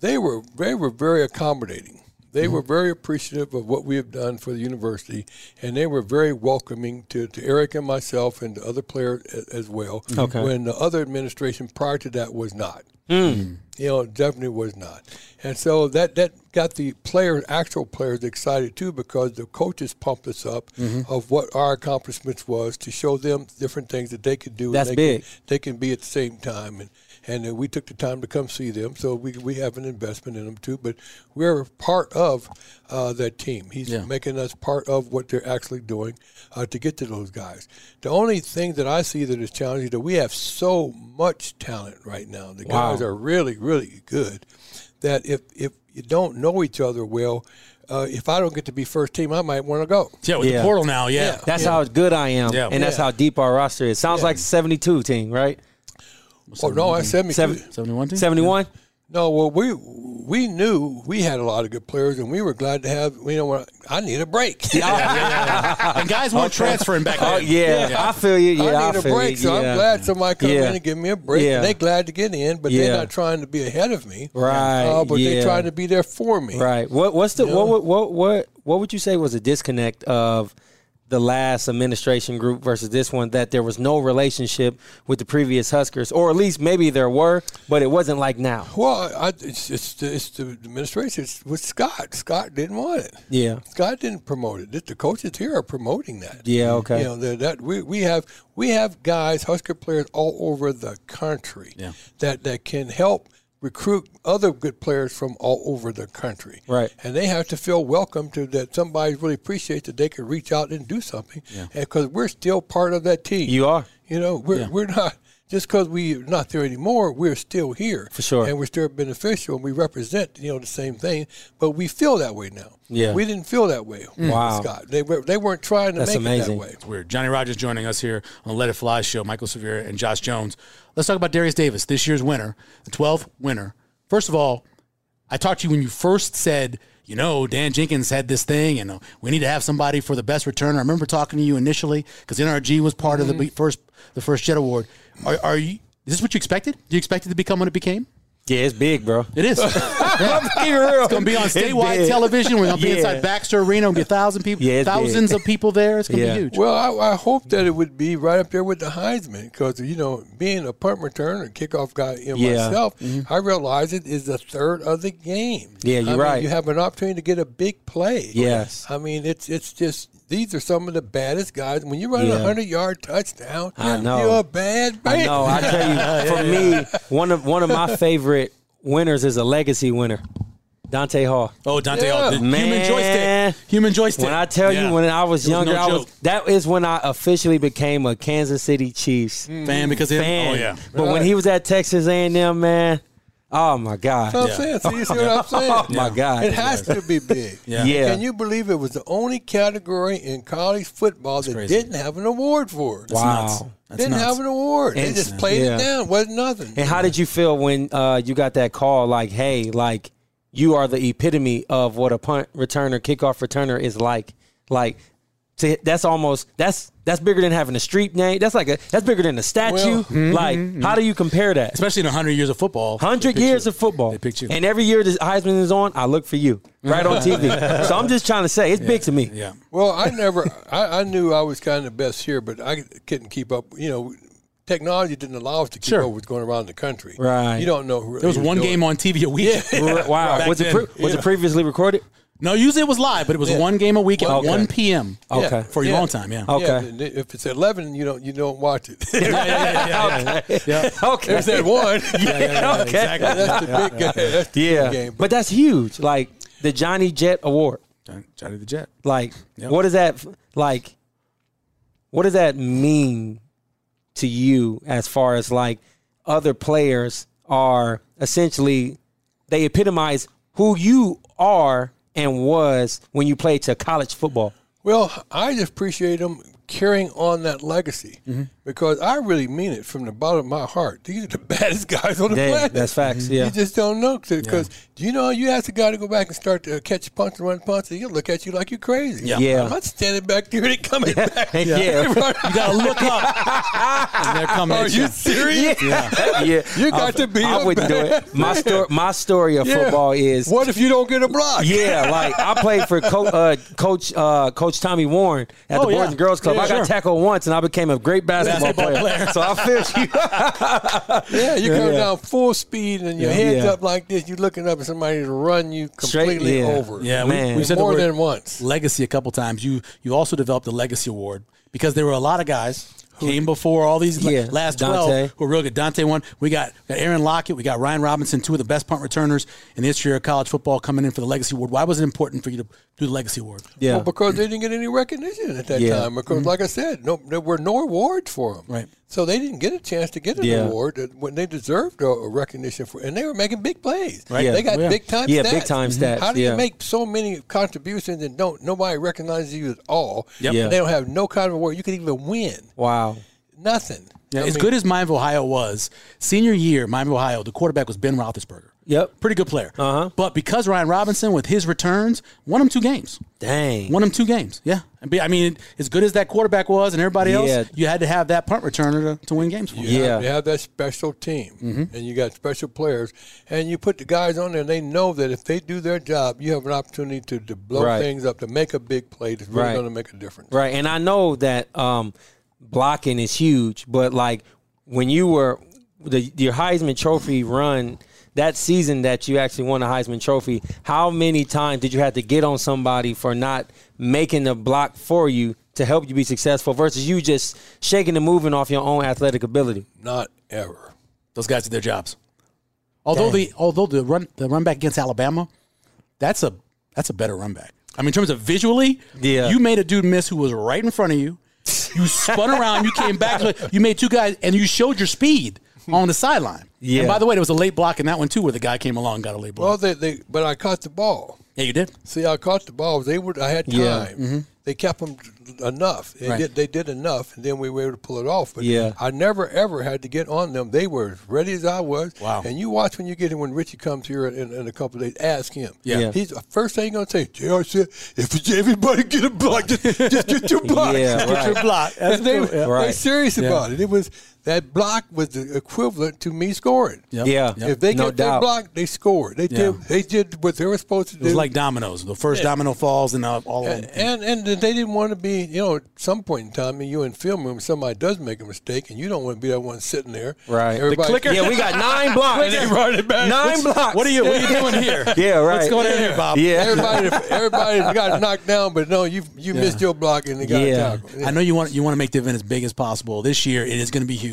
[SPEAKER 1] they were they were very accommodating. They
[SPEAKER 3] Mm-hmm.
[SPEAKER 1] were very appreciative of what we have done for the university, and they were very welcoming to, to Eric and myself and the other players a- as well.
[SPEAKER 3] Mm-hmm. Okay. Mm.
[SPEAKER 1] When the other administration prior to that was not, you know, definitely was not, and so that that got the players, actual players, excited too because the coaches pumped us up
[SPEAKER 3] Mm-hmm.
[SPEAKER 1] of what our accomplishments was to show them different things that they could do. and
[SPEAKER 3] That's
[SPEAKER 1] they could-
[SPEAKER 3] big.
[SPEAKER 1] they can be at the same time and and uh, we took the time to come see them so we, we have an investment in them too but we're part of uh, that team he's
[SPEAKER 2] Yeah.
[SPEAKER 1] making us part of what they're actually doing uh, to get to those guys the only thing that i see that is challenging is that we have so much talent right now the
[SPEAKER 3] Wow.
[SPEAKER 1] guys are really really good that if if you don't know each other well uh, if i don't get to be first team i might want to go
[SPEAKER 2] Yeah, with
[SPEAKER 3] Yeah.
[SPEAKER 2] the portal now. Yeah.
[SPEAKER 3] that's how good I am,
[SPEAKER 2] Yeah.
[SPEAKER 3] and that's
[SPEAKER 1] Yeah.
[SPEAKER 3] how deep our roster is. Sounds like the 72 team, right?
[SPEAKER 1] oh no i said me
[SPEAKER 3] Seven-
[SPEAKER 2] 71 team?
[SPEAKER 3] 71.
[SPEAKER 1] No, well, we we knew we had a lot of good players, and we were glad to have. You know, when I I need a break.
[SPEAKER 2] and guys weren't transferring back then.
[SPEAKER 3] Oh yeah. I feel you. Yeah, I,
[SPEAKER 1] I need a
[SPEAKER 3] feel
[SPEAKER 1] break,
[SPEAKER 3] you.
[SPEAKER 1] so
[SPEAKER 3] yeah.
[SPEAKER 1] I'm glad somebody come
[SPEAKER 3] Yeah.
[SPEAKER 1] in and give me a break.
[SPEAKER 3] Yeah.
[SPEAKER 1] And they glad to get in, but
[SPEAKER 3] Yeah.
[SPEAKER 1] they're not trying to be ahead of me.
[SPEAKER 3] Right,
[SPEAKER 1] Uh, but
[SPEAKER 3] yeah.
[SPEAKER 1] they're trying to be there for me.
[SPEAKER 3] Right. What what's the what, what what what what would you say was a disconnect of the last administration group versus this one that there was no relationship with the previous Huskers, or at least maybe there were, but it wasn't like now.
[SPEAKER 1] Well, I, it's, it's, the, it's the administration. It's with Scott. Scott didn't want it.
[SPEAKER 3] Yeah.
[SPEAKER 1] Scott didn't promote it. The coaches here are promoting that.
[SPEAKER 3] Yeah, okay.
[SPEAKER 1] You know that, that we, we have we have guys Husker players all over the country
[SPEAKER 2] Yeah.
[SPEAKER 1] that that can help recruit other good players from all over the country.
[SPEAKER 3] Right.
[SPEAKER 1] And they have to feel welcome to that somebody really appreciates that they can reach out and do something. Yeah. Because we're still part of that team.
[SPEAKER 3] You are.
[SPEAKER 1] You know we're we're not. just because we're not there anymore, we're still here.
[SPEAKER 3] For sure.
[SPEAKER 1] And we're still beneficial and we represent, you know, the same thing, but we feel that way now.
[SPEAKER 3] Yeah. Mm.
[SPEAKER 1] We didn't feel that way. with
[SPEAKER 3] Wow.
[SPEAKER 1] Scott. They, were, they weren't trying to
[SPEAKER 3] That's
[SPEAKER 1] make
[SPEAKER 3] amazing.
[SPEAKER 1] it that way.
[SPEAKER 2] It's weird. Johnny Rogers joining us here on Let It Fly show. Michael Severe and Josh Jones. Let's talk about Darius Davis, this year's winner, the 12th winner. First of all, I talked to you when you first said, you know, Dan Jenkins had this thing, and uh, we need to have somebody for the best returner. I remember talking to you initially because NRG was part
[SPEAKER 3] Mm-hmm.
[SPEAKER 2] of the be- first the first Jet Award. Are, are you? Is this what you expected? Do you expect it to become what it became?
[SPEAKER 3] Yeah, it's big, bro.
[SPEAKER 2] It is. It's gonna be on statewide
[SPEAKER 3] big.
[SPEAKER 2] television. We're gonna be
[SPEAKER 3] Yeah.
[SPEAKER 2] inside Baxter Arena. We'll be a thousand people,
[SPEAKER 3] Yeah, it's big.
[SPEAKER 2] thousands of people there. It's gonna
[SPEAKER 3] Yeah.
[SPEAKER 2] be huge.
[SPEAKER 1] Well, I, I hope that it would be right up there with the Heisman because, you know, being a punt returner and kickoff guy in
[SPEAKER 3] Yeah. Mm-hmm.
[SPEAKER 1] myself, I realize it is a third of the game.
[SPEAKER 3] Yeah,
[SPEAKER 1] I
[SPEAKER 3] you're
[SPEAKER 1] mean,
[SPEAKER 3] right.
[SPEAKER 1] You have an opportunity to get a big play.
[SPEAKER 3] Yes.
[SPEAKER 1] I mean, it's it's just these are some of the baddest guys. When you run
[SPEAKER 3] Yeah.
[SPEAKER 1] a hundred yard touchdown,
[SPEAKER 3] I know.
[SPEAKER 1] you're a bad man.
[SPEAKER 3] I know. I tell you, for me, one of one of my favorite winners is a legacy winner, Dante Hall.
[SPEAKER 2] Oh, Dante,
[SPEAKER 1] Yeah.
[SPEAKER 2] oh, the human
[SPEAKER 3] Man.
[SPEAKER 2] joystick. Human joystick.
[SPEAKER 3] When I tell
[SPEAKER 2] Yeah.
[SPEAKER 3] you, when I was
[SPEAKER 2] It
[SPEAKER 3] younger,
[SPEAKER 2] no
[SPEAKER 3] I was
[SPEAKER 2] joke.
[SPEAKER 3] that is when I officially became a Kansas City Chiefs
[SPEAKER 2] fan because of him.
[SPEAKER 3] fan.
[SPEAKER 2] Oh yeah.
[SPEAKER 3] But when
[SPEAKER 1] Right.
[SPEAKER 3] he was at Texas A&M, man, oh my god,
[SPEAKER 1] That's
[SPEAKER 3] oh
[SPEAKER 1] what I'm saying. See, you see what I'm saying?
[SPEAKER 3] my god,
[SPEAKER 1] It has to be big.
[SPEAKER 2] Yeah.
[SPEAKER 3] Yeah.
[SPEAKER 1] Can you believe it was the only category in college football that
[SPEAKER 2] crazy.
[SPEAKER 1] didn't have an award for it?
[SPEAKER 3] Wow.
[SPEAKER 2] Nuts. That's
[SPEAKER 1] didn't
[SPEAKER 2] nuts.
[SPEAKER 1] have an award. they
[SPEAKER 3] And-
[SPEAKER 1] just played
[SPEAKER 3] yeah.
[SPEAKER 1] it down. Wasn't nothing.
[SPEAKER 3] And how did you feel when uh, you got that call? Like, hey, like you are the epitome of what a punt returner, kickoff returner is like. Like, to, that's almost that's that's bigger than having a street name. That's like a that's bigger than a statue.
[SPEAKER 1] Well, mm-hmm.
[SPEAKER 3] like, how do you compare that?
[SPEAKER 2] Especially in 100 years of football.
[SPEAKER 3] Hundred years of football,
[SPEAKER 2] They picked you.
[SPEAKER 3] and every year this Heisman is on. I look for you right on TV. so I'm just trying to say it's big to me.
[SPEAKER 2] Yeah.
[SPEAKER 1] Well, I never, I, I knew I was kind of the best here, but I couldn't keep up. You know, technology didn't allow us to keep
[SPEAKER 2] Sure.
[SPEAKER 1] up with what's going around the country.
[SPEAKER 3] Right.
[SPEAKER 1] You don't know who.
[SPEAKER 2] There was one game on TV a week.
[SPEAKER 3] Wow,
[SPEAKER 2] Back
[SPEAKER 3] was it
[SPEAKER 2] then.
[SPEAKER 3] pre- was it previously recorded?
[SPEAKER 2] No, usually it was live, but it was one game a week at
[SPEAKER 1] Okay.
[SPEAKER 2] 1 p.m.
[SPEAKER 3] Okay.
[SPEAKER 2] for your own time. Yeah.
[SPEAKER 3] Okay.
[SPEAKER 1] if it's eleven, you don't you don't watch it.
[SPEAKER 3] Okay,
[SPEAKER 1] There's that one.
[SPEAKER 3] okay.
[SPEAKER 1] That's the big game. That's the big
[SPEAKER 3] Yeah,
[SPEAKER 1] game.
[SPEAKER 3] but that's huge. Like the Johnny Jet Award.
[SPEAKER 2] Johnny- Johnny the Jet.
[SPEAKER 3] Like, what does that like? What does that mean to you as far as like other players are essentially they epitomize who you are and was when you played to college football.
[SPEAKER 1] Well, I just appreciate them carrying on that legacy
[SPEAKER 2] Mm-hmm.
[SPEAKER 1] because I really mean it from the bottom of my heart. These are the baddest guys on the
[SPEAKER 3] Yeah,
[SPEAKER 1] planet.
[SPEAKER 3] that's facts, yeah.
[SPEAKER 1] you just don't know because do you know you ask a guy to go back and start to catch punts and run punts, and he'll look at you like you're crazy.
[SPEAKER 2] Yeah.
[SPEAKER 3] Yeah.
[SPEAKER 1] I'm not standing back there and coming back.
[SPEAKER 3] Yeah.
[SPEAKER 2] You got to look up. and they're coming
[SPEAKER 3] Oh,
[SPEAKER 1] Are
[SPEAKER 2] at you.
[SPEAKER 1] you serious?
[SPEAKER 3] Yeah,
[SPEAKER 1] You got to be
[SPEAKER 3] I
[SPEAKER 1] a
[SPEAKER 3] wouldn't do
[SPEAKER 1] bad-
[SPEAKER 3] it. My story, my story of football is
[SPEAKER 1] what if you don't get a block?
[SPEAKER 3] Yeah, like I played for co- uh, coach uh, Coach Tommy Warren at
[SPEAKER 2] Oh,
[SPEAKER 3] the Boys
[SPEAKER 2] yeah.
[SPEAKER 3] and Girls Club.
[SPEAKER 2] Yeah,
[SPEAKER 3] I got
[SPEAKER 2] sure.
[SPEAKER 3] tackled once, and I became a great basketball, player. so I feel you.
[SPEAKER 1] Yeah, you come
[SPEAKER 3] Yeah.
[SPEAKER 1] down full speed and your head's
[SPEAKER 3] Yeah.
[SPEAKER 1] up like this. You're looking up at somebody to run you
[SPEAKER 3] Straight-
[SPEAKER 1] completely
[SPEAKER 3] yeah.
[SPEAKER 1] over.
[SPEAKER 2] Yeah, we,
[SPEAKER 3] Man.
[SPEAKER 2] we've said the
[SPEAKER 1] More
[SPEAKER 2] word
[SPEAKER 1] than once.
[SPEAKER 2] Legacy a couple times. You you also developed the legacy award because there were a lot of guys who came before all these la-
[SPEAKER 3] Yeah,
[SPEAKER 2] last
[SPEAKER 3] Dante.
[SPEAKER 2] twelve who were real good. Dante won. We got, got Aaron Lockett. We got Ryan Robinson, two of the best punt returners in the history of college football, coming in for the legacy award. Why was it important for you to do the legacy award?
[SPEAKER 3] Yeah,
[SPEAKER 1] Well, because they didn't get any recognition at that
[SPEAKER 3] Yeah. Mm-hmm.
[SPEAKER 1] time. Because, like I said, no, there were no awards for them.
[SPEAKER 2] Right.
[SPEAKER 1] So they didn't get a chance to get an
[SPEAKER 3] Yeah.
[SPEAKER 1] award that- when they deserved a- a recognition for, and they were making big plays. Right.
[SPEAKER 3] Yeah.
[SPEAKER 1] They got
[SPEAKER 2] Oh, yeah.
[SPEAKER 1] big time.
[SPEAKER 3] Yeah,
[SPEAKER 1] stats.
[SPEAKER 3] big time stats,
[SPEAKER 1] How do
[SPEAKER 3] yeah.
[SPEAKER 1] you make so many contributions and don't nobody recognizes you at all?
[SPEAKER 2] Yep.
[SPEAKER 3] Yeah.
[SPEAKER 1] And they don't have no kind of award. You could even win
[SPEAKER 3] wow.
[SPEAKER 1] nothing.
[SPEAKER 2] Yeah,
[SPEAKER 1] I
[SPEAKER 2] as
[SPEAKER 1] mean,
[SPEAKER 2] good as Miami of Ohio was, senior year, Miami of Ohio, the quarterback was Ben Roethlisberger.
[SPEAKER 3] Yep.
[SPEAKER 2] Pretty good player. Uh-huh. But because Ryan Robinson, with his returns, won him two games.
[SPEAKER 3] Dang.
[SPEAKER 2] Won him two games. Yeah. I be- I mean, as good as that quarterback was and everybody
[SPEAKER 3] Yeah.
[SPEAKER 2] else, you had to have that punt returner to, to win games for him.
[SPEAKER 3] Yeah. Mm-hmm.
[SPEAKER 1] You have that special team, and you got special players, and you put the guys on there, and they know that if they do their job, you have an opportunity to, to blow
[SPEAKER 3] Right.
[SPEAKER 1] things up, to make a big play that's really
[SPEAKER 3] Right.
[SPEAKER 1] going to make a difference.
[SPEAKER 3] Right, and I know that um, blocking is huge, but like when you were the your Heisman Trophy run that season that you actually won the Heisman Trophy, how many times did you have to get on somebody for not making the block for you to help you be successful versus you just shaking and moving off your own athletic ability?
[SPEAKER 1] Not ever.
[SPEAKER 2] Those guys did their jobs. Although the although the run the run back against Alabama, that's a that's a better run back. I mean, in terms of visually,
[SPEAKER 3] Yeah.
[SPEAKER 2] you made a dude miss who was right in front of you. You spun around. You came back. You made two guys, and you showed your speed on the sideline.
[SPEAKER 3] Yeah.
[SPEAKER 2] And by the way, there was a late block in that one too, where the guy came along and got a late block.
[SPEAKER 1] Well, they, they but I caught the ball.
[SPEAKER 2] yeah, you did.
[SPEAKER 1] See, I caught the ball. They would. I had time.
[SPEAKER 3] Yeah.
[SPEAKER 1] They kept them enough. They
[SPEAKER 2] Right.
[SPEAKER 1] did. They did enough, and then we were able to pull it off. But
[SPEAKER 3] Yeah.
[SPEAKER 1] I never ever had to get on them. They were as ready as I was.
[SPEAKER 2] Wow.
[SPEAKER 1] And you watch when you get in when Richie comes here in, in a couple of days. Ask him.
[SPEAKER 2] Yeah.
[SPEAKER 3] Yeah.
[SPEAKER 1] He's first thing he's gonna say. Jr. said, "If everybody get a block, just, just get your block.
[SPEAKER 3] Yeah,
[SPEAKER 1] Just
[SPEAKER 3] right.
[SPEAKER 1] get your block." And they were
[SPEAKER 3] Right.
[SPEAKER 1] they serious about it. It was that block was the equivalent to me scoring.
[SPEAKER 2] Yep.
[SPEAKER 3] Yeah.
[SPEAKER 2] Yep.
[SPEAKER 1] If they
[SPEAKER 3] No
[SPEAKER 1] get their
[SPEAKER 3] doubt.
[SPEAKER 1] block, they scored. They
[SPEAKER 2] Yeah.
[SPEAKER 1] did. They did what they were supposed to
[SPEAKER 2] It was
[SPEAKER 1] do.
[SPEAKER 2] like dominoes. The first domino falls, and uh, all of
[SPEAKER 1] And,
[SPEAKER 2] them.
[SPEAKER 1] and and they didn't want to be, you know, at some point in time, you in film room, somebody does make a mistake, and you don't want to be that one sitting there.
[SPEAKER 3] Right. The
[SPEAKER 1] Everybody,
[SPEAKER 2] clicker.
[SPEAKER 3] Yeah, we got nine blocks. Nine blocks.
[SPEAKER 2] What are you? What are you doing here?
[SPEAKER 3] Yeah, right.
[SPEAKER 2] What's going on here, Bob?
[SPEAKER 3] Yeah.
[SPEAKER 1] Everybody, everybody got knocked down, but no, you you missed your block and they got
[SPEAKER 3] Yeah.
[SPEAKER 1] a tackle.
[SPEAKER 2] I know you want you want to make the event as big as possible this year. It is going to be huge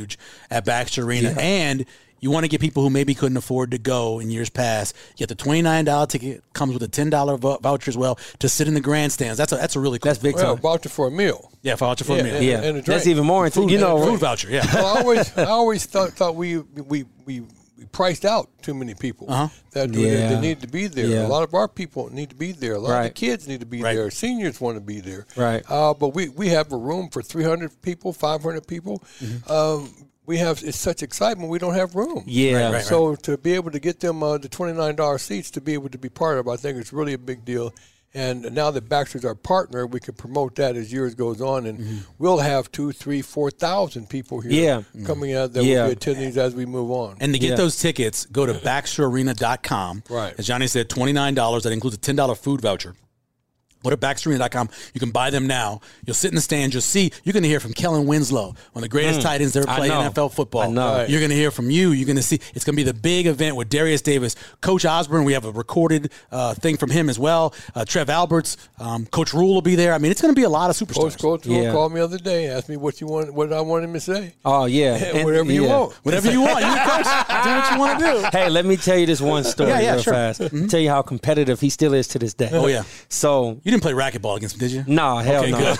[SPEAKER 2] at Baxter Arena, and you want to get people who maybe couldn't afford to go in years past. You get the twenty nine dollar ticket comes with a ten dollar vou- voucher as well to sit in the grandstands. That's a that's a really cool.
[SPEAKER 3] That's big
[SPEAKER 1] Well,
[SPEAKER 3] time.
[SPEAKER 1] voucher for a meal.
[SPEAKER 2] Yeah, voucher for
[SPEAKER 1] Yeah,
[SPEAKER 2] a meal.
[SPEAKER 1] and-
[SPEAKER 3] yeah.
[SPEAKER 1] a drink.
[SPEAKER 3] That's even more. Into, you know,
[SPEAKER 2] food voucher. Yeah,
[SPEAKER 1] Well, I always I always thought thought we we we. We priced out too many people that do- that
[SPEAKER 3] Yeah.
[SPEAKER 1] they need to be there. A
[SPEAKER 3] Yeah.
[SPEAKER 1] lot of our people need to be there. A lot of
[SPEAKER 3] Right.
[SPEAKER 1] the kids need to be
[SPEAKER 2] Right.
[SPEAKER 1] there. Seniors want to be there.
[SPEAKER 3] Right.
[SPEAKER 1] Uh, but we, we have a room for 300 people, 500 people. Um, we have it's such excitement. We don't have room.
[SPEAKER 3] Yeah. Right, right,
[SPEAKER 1] so to be able to get them uh, the twenty nine dollar seats to be able to be part of, I think it's really a big deal. And now that Baxter's our partner, we can promote that as years goes on, and we'll have two, three, four thousand people here
[SPEAKER 3] Yeah.
[SPEAKER 1] coming out that
[SPEAKER 3] Yeah.
[SPEAKER 1] will be attendees as we move on.
[SPEAKER 2] and to get
[SPEAKER 3] Yeah.
[SPEAKER 2] those tickets, go to BaxterArena.com.
[SPEAKER 1] Right.
[SPEAKER 2] as Johnny said, twenty nine dollars. That includes a ten dollar food voucher. Go to BaxterArena.com. You can buy them now. You'll sit in the stands. You'll see. You're going to hear from Kellen Winslow, one of the greatest tight ends to ever
[SPEAKER 3] Hmm. I
[SPEAKER 2] play
[SPEAKER 3] know.
[SPEAKER 2] NFL football.
[SPEAKER 3] I know.
[SPEAKER 2] You're going to hear from you. You're going to see. It's going to be the big event with Darius Davis, Coach Osborne. We have a recorded uh, thing from him as well. Uh, Trev Alberts, um, Coach Rule will be there. I mean, it's going to be a lot of
[SPEAKER 1] Coach
[SPEAKER 2] superstars.
[SPEAKER 1] Coulter
[SPEAKER 3] Yeah.
[SPEAKER 1] called me the other day, asked me what you want, what I want him to say.
[SPEAKER 3] Oh yeah. And-
[SPEAKER 1] Whatever you
[SPEAKER 3] yeah.
[SPEAKER 1] want.
[SPEAKER 2] Whatever you want, you and coach. Do what you want to do.
[SPEAKER 3] Hey, let me tell you this one story
[SPEAKER 2] Yeah, yeah,
[SPEAKER 3] real
[SPEAKER 2] sure. Mm-hmm.
[SPEAKER 3] fast. Tell you how competitive he still is to this day.
[SPEAKER 2] Oh, yeah.
[SPEAKER 3] So
[SPEAKER 2] You didn't play racquetball against him, did you?
[SPEAKER 3] Nah, hell
[SPEAKER 2] Okay,
[SPEAKER 3] no.
[SPEAKER 2] good.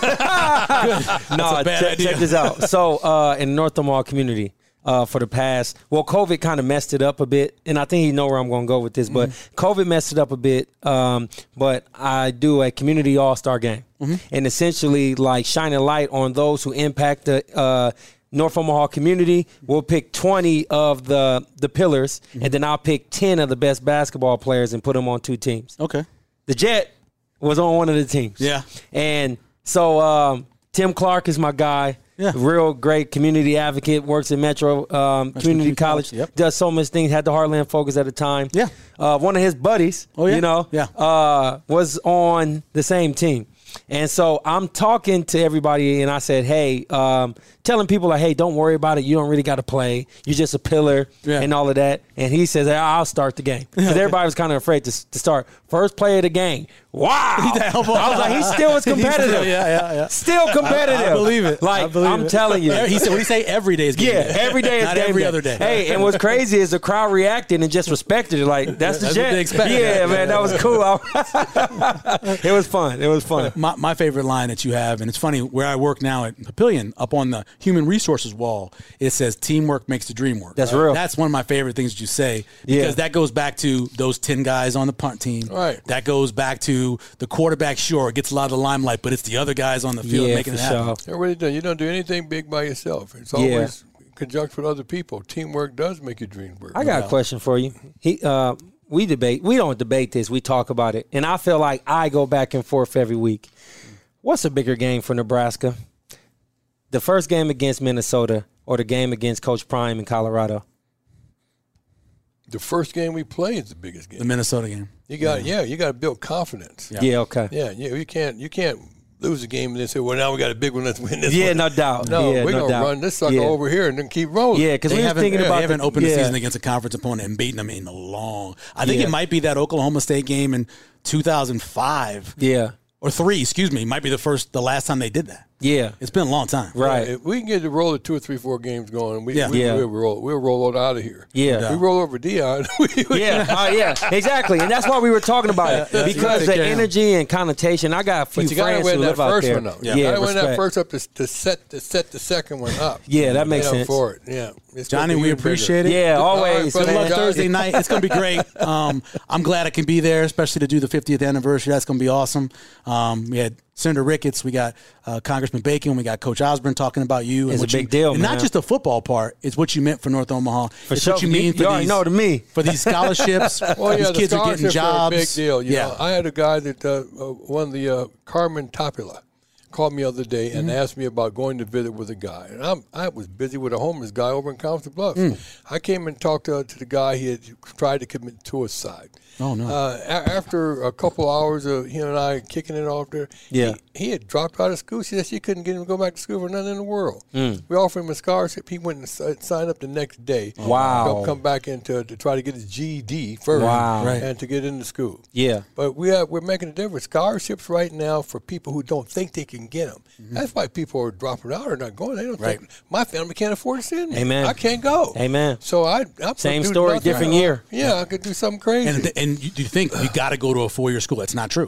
[SPEAKER 3] no,
[SPEAKER 2] a bad
[SPEAKER 3] check,
[SPEAKER 2] idea.
[SPEAKER 3] check this out. So uh, in North Mall community. Uh, for the past, well, COVID kind of messed it up a bit, and I think you know where I'm going to go with this. But
[SPEAKER 2] Mm-hmm.
[SPEAKER 3] COVID messed it up a bit. Um, but I do a community all star game,
[SPEAKER 2] Mm-hmm.
[SPEAKER 3] and essentially like shine a light on those who impact the uh, North Omaha community. We'll pick 20 of the the pillars,
[SPEAKER 2] Mm-hmm.
[SPEAKER 3] and then I'll pick 10 of the best basketball players and put them on two teams
[SPEAKER 2] Okay.
[SPEAKER 3] the Jet was on one of the teams.
[SPEAKER 2] Yeah.
[SPEAKER 3] And so um, Tim Clark is my guy.
[SPEAKER 2] Yeah.
[SPEAKER 3] Real great community advocate, works at Metro um, Community
[SPEAKER 2] Community
[SPEAKER 3] College,
[SPEAKER 2] College, yep.
[SPEAKER 3] does so much things, had the Heartland Focus at the time.
[SPEAKER 2] Yeah.
[SPEAKER 3] Uh, one of his buddies,
[SPEAKER 2] Oh, yeah.
[SPEAKER 3] you know,
[SPEAKER 2] Yeah.
[SPEAKER 3] uh, was on the same team. And so I'm talking to everybody, and I said, hey, um, telling people, like, hey, don't worry about it. You don't really got to play. You're just a pillar
[SPEAKER 2] Yeah.
[SPEAKER 3] and all of that. And he says, I'll start the game. Because everybody was kind of afraid to, to start. First play of the game. Wow. I was like, he still is competitive.
[SPEAKER 2] Yeah, yeah, yeah.
[SPEAKER 3] Still competitive.
[SPEAKER 2] I believe it.
[SPEAKER 3] Like,
[SPEAKER 2] I believe
[SPEAKER 3] am
[SPEAKER 2] it.
[SPEAKER 3] telling you.
[SPEAKER 2] He said, "What do you say? Every day is game
[SPEAKER 3] Yeah,
[SPEAKER 2] day.
[SPEAKER 3] every day is
[SPEAKER 2] not
[SPEAKER 3] game
[SPEAKER 2] every
[SPEAKER 3] day.
[SPEAKER 2] other day."
[SPEAKER 3] Hey, and what's crazy is the crowd reacted and just respected it. Like that's the
[SPEAKER 2] That's what
[SPEAKER 3] jet.
[SPEAKER 2] they expected.
[SPEAKER 3] Yeah,
[SPEAKER 2] Yeah.
[SPEAKER 3] man, that was cool. I- it was fun. It was fun.
[SPEAKER 2] my, my favorite line that you have, and it's funny where I work now at Papillion, up on the human resources wall, it says teamwork makes the dream work.
[SPEAKER 3] That's real.
[SPEAKER 2] That's one of my favorite things that you say because
[SPEAKER 3] Yeah.
[SPEAKER 2] that goes back to those ten guys on the punt team.
[SPEAKER 1] Right.
[SPEAKER 2] That goes back to the quarterback. Sure, gets a lot of the limelight, but it's the other guys on the field
[SPEAKER 3] Yeah,
[SPEAKER 2] making
[SPEAKER 3] for
[SPEAKER 2] it happen.
[SPEAKER 3] sure.
[SPEAKER 1] It really does. You don't do anything big by yourself. It's
[SPEAKER 3] Yeah.
[SPEAKER 1] always in conjunction with other people. Teamwork does make your dreams work.
[SPEAKER 3] I got a question for you. He, uh, we debate. We don't debate this. We talk about it, and I feel like I go back and forth every week. What's a bigger game for Nebraska? The first game against Minnesota, or the game against Coach Prime in Colorado?
[SPEAKER 1] the first game we play is the biggest game.
[SPEAKER 2] The Minnesota game.
[SPEAKER 1] You got yeah, you got to build confidence.
[SPEAKER 2] Yeah.
[SPEAKER 3] Yeah. okay.
[SPEAKER 1] Yeah, yeah, you can't you can't lose a game and then say, well, now we got a big one. Let's win this.
[SPEAKER 3] Yeah,
[SPEAKER 1] one.
[SPEAKER 3] no doubt.
[SPEAKER 1] No,
[SPEAKER 3] Yeah,
[SPEAKER 1] we're
[SPEAKER 3] no
[SPEAKER 1] gonna
[SPEAKER 3] doubt.
[SPEAKER 1] run this sucker
[SPEAKER 3] Yeah.
[SPEAKER 1] over here and then keep rolling.
[SPEAKER 3] Yeah, because
[SPEAKER 2] They
[SPEAKER 3] we were
[SPEAKER 2] haven't,
[SPEAKER 3] thinking
[SPEAKER 2] yeah,
[SPEAKER 3] about
[SPEAKER 2] they haven't
[SPEAKER 3] the,
[SPEAKER 2] opened the
[SPEAKER 3] yeah.
[SPEAKER 2] season against a conference opponent and beaten them in a long. I think
[SPEAKER 3] Yeah.
[SPEAKER 2] it might be that Oklahoma State game in 2005
[SPEAKER 3] Yeah.
[SPEAKER 2] or three. Excuse me, might be the first, the last time they did that.
[SPEAKER 3] Yeah.
[SPEAKER 2] It's been a long time.
[SPEAKER 3] Right.
[SPEAKER 1] If we can get the roll of two or three, four games going, we,
[SPEAKER 2] Yeah.
[SPEAKER 1] we,
[SPEAKER 3] Yeah.
[SPEAKER 1] will roll, we'll roll it out of here.
[SPEAKER 3] Yeah.
[SPEAKER 1] We roll over Dion.
[SPEAKER 3] Yeah, uh, yeah, exactly, and that's why we were talking about it because the
[SPEAKER 2] Yeah.
[SPEAKER 3] energy and connotation. I got a few
[SPEAKER 1] But you gotta
[SPEAKER 3] friends who
[SPEAKER 1] win that
[SPEAKER 3] live out
[SPEAKER 1] first
[SPEAKER 3] there.
[SPEAKER 1] one though.
[SPEAKER 3] Yeah,
[SPEAKER 1] you gotta win that
[SPEAKER 3] respect.
[SPEAKER 1] first up to, to set to set the second one up.
[SPEAKER 3] Yeah, that
[SPEAKER 1] You
[SPEAKER 3] makes
[SPEAKER 1] know,
[SPEAKER 3] sense.
[SPEAKER 1] For it, yeah. It's
[SPEAKER 2] Johnny,
[SPEAKER 1] gonna be
[SPEAKER 2] we
[SPEAKER 1] even bigger.
[SPEAKER 2] appreciate it.
[SPEAKER 3] Yeah, always.
[SPEAKER 1] All right,
[SPEAKER 2] Good
[SPEAKER 1] man.
[SPEAKER 2] luck Thursday night. It's going to be great. Um, I'm glad I can be there, especially to do the 50th anniversary. That's going to be awesome. Um, we had Senator Ricketts, we got uh, Congressman Bacon, we got Coach Osborne talking about you. and
[SPEAKER 3] It's a
[SPEAKER 2] what you-
[SPEAKER 3] big deal,
[SPEAKER 2] and
[SPEAKER 3] man.
[SPEAKER 2] Not just the football part; it's what you meant for North Omaha. For it's what
[SPEAKER 3] sure.
[SPEAKER 2] you mean
[SPEAKER 3] You-
[SPEAKER 2] for
[SPEAKER 3] you already
[SPEAKER 2] these.
[SPEAKER 3] know to me.
[SPEAKER 2] for these scholarships.
[SPEAKER 1] Well, Oh, yeah,
[SPEAKER 2] these
[SPEAKER 1] the
[SPEAKER 2] kids are getting
[SPEAKER 1] scholarships
[SPEAKER 2] jobs.
[SPEAKER 1] a big deal. You
[SPEAKER 2] yeah,
[SPEAKER 1] know, I had a guy that uh, uh, won the uh, Carmen Topila called me the other day and
[SPEAKER 2] Mm-hmm.
[SPEAKER 1] asked me about going to visit with a guy, and I'm, I was busy with a homeless guy over in Council Bluffs.
[SPEAKER 2] Mm.
[SPEAKER 1] I came and talked to, to the guy. He had tried to commit suicide.
[SPEAKER 2] Oh, no.
[SPEAKER 1] Uh, a- after a couple hours of him and I kicking it off there,
[SPEAKER 3] Yeah.
[SPEAKER 1] he, he had dropped out of school. She said she couldn't get him to go back to school for nothing in the world.
[SPEAKER 2] Mm.
[SPEAKER 1] We offered him a scholarship. He went and si- signed up the next day.
[SPEAKER 3] Wow.
[SPEAKER 1] Come- Come back into to try to get his GED first
[SPEAKER 3] Wow. Right.
[SPEAKER 1] and to get into school.
[SPEAKER 3] yeah,
[SPEAKER 1] But we are, we're making a difference. Scholarships right now for people who don't think they can get them.
[SPEAKER 3] Mm-hmm.
[SPEAKER 1] That's why people are dropping out or not going. They don't
[SPEAKER 2] Right.
[SPEAKER 1] think my family can't afford to send me.
[SPEAKER 3] Amen.
[SPEAKER 1] I can't go.
[SPEAKER 3] Amen.
[SPEAKER 1] So I I'm
[SPEAKER 3] Same story, different year.
[SPEAKER 1] Yeah, I could do something crazy.
[SPEAKER 2] And, and you, you think you got to go to a four year school? That's not true.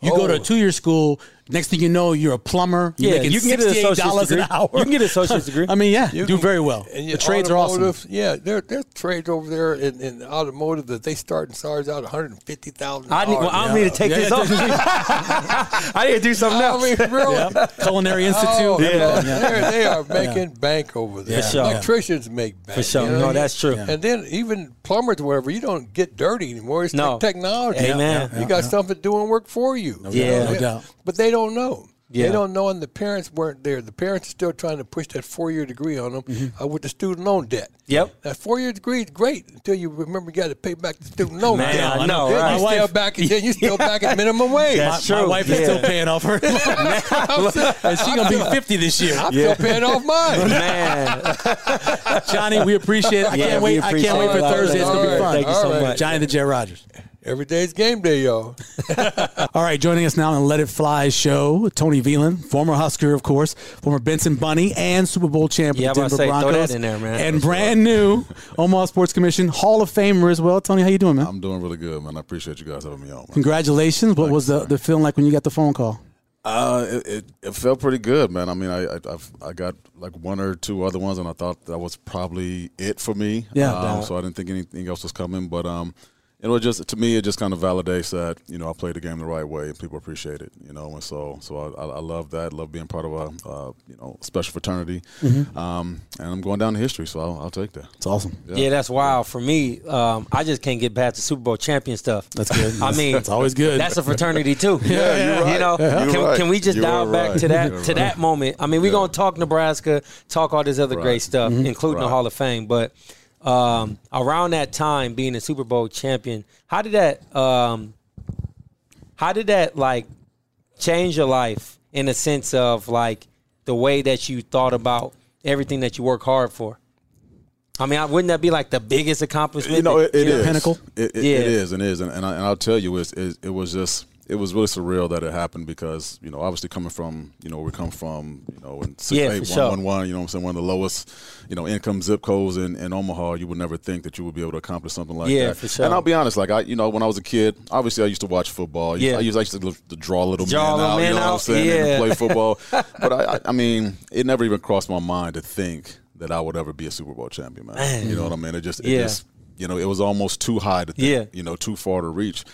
[SPEAKER 2] You go to
[SPEAKER 1] Oh.
[SPEAKER 2] a two year school. Next thing you know, you're a plumber. You're
[SPEAKER 3] Yeah,
[SPEAKER 2] making
[SPEAKER 3] you can get an
[SPEAKER 2] sixty eight
[SPEAKER 3] associate's
[SPEAKER 2] dollars an
[SPEAKER 3] degree.
[SPEAKER 2] hour.
[SPEAKER 3] You can get an associate's degree.
[SPEAKER 2] I mean, yeah,
[SPEAKER 1] You
[SPEAKER 2] do
[SPEAKER 1] can-
[SPEAKER 2] very well. the
[SPEAKER 1] yet
[SPEAKER 2] trades are awesome.
[SPEAKER 1] automotive- Yeah, there there's trades over there in, in automotive that they start and start out 150,000.
[SPEAKER 3] I need, well, I don't need to take
[SPEAKER 2] Yeah.
[SPEAKER 3] this off. I need to do something
[SPEAKER 1] I
[SPEAKER 3] else.
[SPEAKER 1] mean, really?
[SPEAKER 2] Culinary Institute.
[SPEAKER 1] Oh,
[SPEAKER 3] Yeah.
[SPEAKER 1] they're- they are making bank over there.
[SPEAKER 2] For
[SPEAKER 3] sure.
[SPEAKER 1] Electricians make bank.
[SPEAKER 3] For sure.
[SPEAKER 1] you know?
[SPEAKER 3] No, that's true. Yeah.
[SPEAKER 1] And then even plumbers, or whatever, you don't get dirty anymore. It's
[SPEAKER 3] No.
[SPEAKER 1] no. technology.
[SPEAKER 3] Amen.
[SPEAKER 1] You got something doing work for you. you
[SPEAKER 3] doubt.
[SPEAKER 1] know?
[SPEAKER 2] No doubt.
[SPEAKER 1] But they don't know.
[SPEAKER 3] Yeah.
[SPEAKER 1] They don't know, and the parents weren't there. The parents are still trying to push that four-year degree on them uh, with the student loan debt.
[SPEAKER 3] Mm-hmm. Yep.
[SPEAKER 1] That four-year degree is great until you remember you got to pay back the student loan
[SPEAKER 3] Man,
[SPEAKER 1] debt.
[SPEAKER 3] I know,
[SPEAKER 1] Then
[SPEAKER 3] right?
[SPEAKER 1] you
[SPEAKER 2] My
[SPEAKER 1] still
[SPEAKER 2] wife-
[SPEAKER 1] back, then you still back at minimum wage.
[SPEAKER 2] My,
[SPEAKER 3] That's
[SPEAKER 2] my
[SPEAKER 3] true.
[SPEAKER 2] wife is still
[SPEAKER 3] Yeah.
[SPEAKER 2] paying off her loan,
[SPEAKER 1] I'm still-
[SPEAKER 2] and she's gonna be fifty this year.
[SPEAKER 1] I'm still paying off mine.
[SPEAKER 3] Man,
[SPEAKER 2] Johnny, we appreciate it. I
[SPEAKER 3] Yeah,
[SPEAKER 2] can't
[SPEAKER 3] we
[SPEAKER 2] wait. I
[SPEAKER 3] appreciate
[SPEAKER 2] can't wait for
[SPEAKER 3] it.
[SPEAKER 2] Thursday. It's gonna be
[SPEAKER 1] All
[SPEAKER 2] fun.
[SPEAKER 1] right. Thank you so All right. much.
[SPEAKER 2] Johnny the Jet Rogers.
[SPEAKER 1] Every day's game day, y'all.
[SPEAKER 2] All right, joining us now on the Let It Fly show, Tony Veland, former Husker, of course, former Benson Bunny and Super Bowl champion
[SPEAKER 3] Yeah, I'm
[SPEAKER 2] Denver
[SPEAKER 3] about to say, throw
[SPEAKER 2] Broncos,
[SPEAKER 3] that in there, man.
[SPEAKER 2] and brand new Omaha Sports Commission Hall of Famer as well. Tony, how you doing, man?
[SPEAKER 4] I'm doing really good, man. I appreciate you guys having me on. Man.
[SPEAKER 2] Congratulations! What was the, the feeling like when you got the phone call?
[SPEAKER 4] Uh, it, it, it felt pretty good, man. I mean, I I, I've, I got like one or two other ones, and I thought that was probably it for me.
[SPEAKER 2] Yeah.
[SPEAKER 4] Um, so I didn't think anything else was coming, but um, it was just to me, it just kind of validates that you know I played the game the right way, and people appreciate it. You know, and so so I, I, I love that. Love being part of a uh, you know special fraternity. Um, and I'm going down to history, so I'll, I'll take that.
[SPEAKER 2] It's awesome.
[SPEAKER 3] yeah, that's wild for me. Um, I just can't get past the Super Bowl champion stuff.
[SPEAKER 2] That's good.
[SPEAKER 3] I mean,
[SPEAKER 2] That's always good.
[SPEAKER 3] That's a fraternity too.
[SPEAKER 4] Yeah, you're
[SPEAKER 3] you
[SPEAKER 4] right.
[SPEAKER 3] know.
[SPEAKER 4] You're
[SPEAKER 3] can,
[SPEAKER 4] right.
[SPEAKER 3] can we just
[SPEAKER 4] You
[SPEAKER 3] dial
[SPEAKER 4] are
[SPEAKER 3] back
[SPEAKER 4] right.
[SPEAKER 3] to that
[SPEAKER 4] You're
[SPEAKER 3] to that moment? I mean, we're gonna talk Nebraska, talk all this other great
[SPEAKER 4] Right. Mm-hmm.
[SPEAKER 3] stuff, including the
[SPEAKER 4] Right.
[SPEAKER 3] Hall of Fame. But um, around that time, being a Super Bowl champion, how did that? Um, how did that like change your life in a sense of like the way that you thought about everything that you work hard for? I mean, I- wouldn't that be like the biggest accomplishment?
[SPEAKER 4] You know,
[SPEAKER 3] that-
[SPEAKER 4] it, it
[SPEAKER 3] you know?
[SPEAKER 4] is.
[SPEAKER 2] pinnacle?
[SPEAKER 4] It, it,
[SPEAKER 3] Yeah.
[SPEAKER 4] it is, and is, and, and, I, and I'll tell you, it's, it, it was just, it was really surreal that it happened because you know, obviously coming from, you know, where we come from, you know, in six
[SPEAKER 3] Yeah,
[SPEAKER 4] eight,
[SPEAKER 3] for
[SPEAKER 4] one,
[SPEAKER 3] sure.
[SPEAKER 4] one, one, you know, what I'm saying one of the lowest, you know, income zip codes in, in Omaha, you would never think that you would be able to accomplish something like
[SPEAKER 3] Yeah,
[SPEAKER 4] that.
[SPEAKER 3] for sure.
[SPEAKER 4] And I'll be honest, like I, you know, when I was a kid, obviously I used to watch football.
[SPEAKER 3] Yeah.
[SPEAKER 4] I used, I used to, look- to draw little
[SPEAKER 3] Draw
[SPEAKER 4] man
[SPEAKER 3] little
[SPEAKER 4] out,
[SPEAKER 3] man
[SPEAKER 4] you know what
[SPEAKER 3] out,
[SPEAKER 4] I'm saying,
[SPEAKER 3] yeah.
[SPEAKER 4] and play football. but I, I, I mean, it never even crossed my mind to think that I would ever be a Super Bowl champion, man. You know what I mean? It just, it
[SPEAKER 3] Yeah.
[SPEAKER 4] just you know, it was almost too high to think,
[SPEAKER 3] Yeah.
[SPEAKER 4] you know, too far to reach.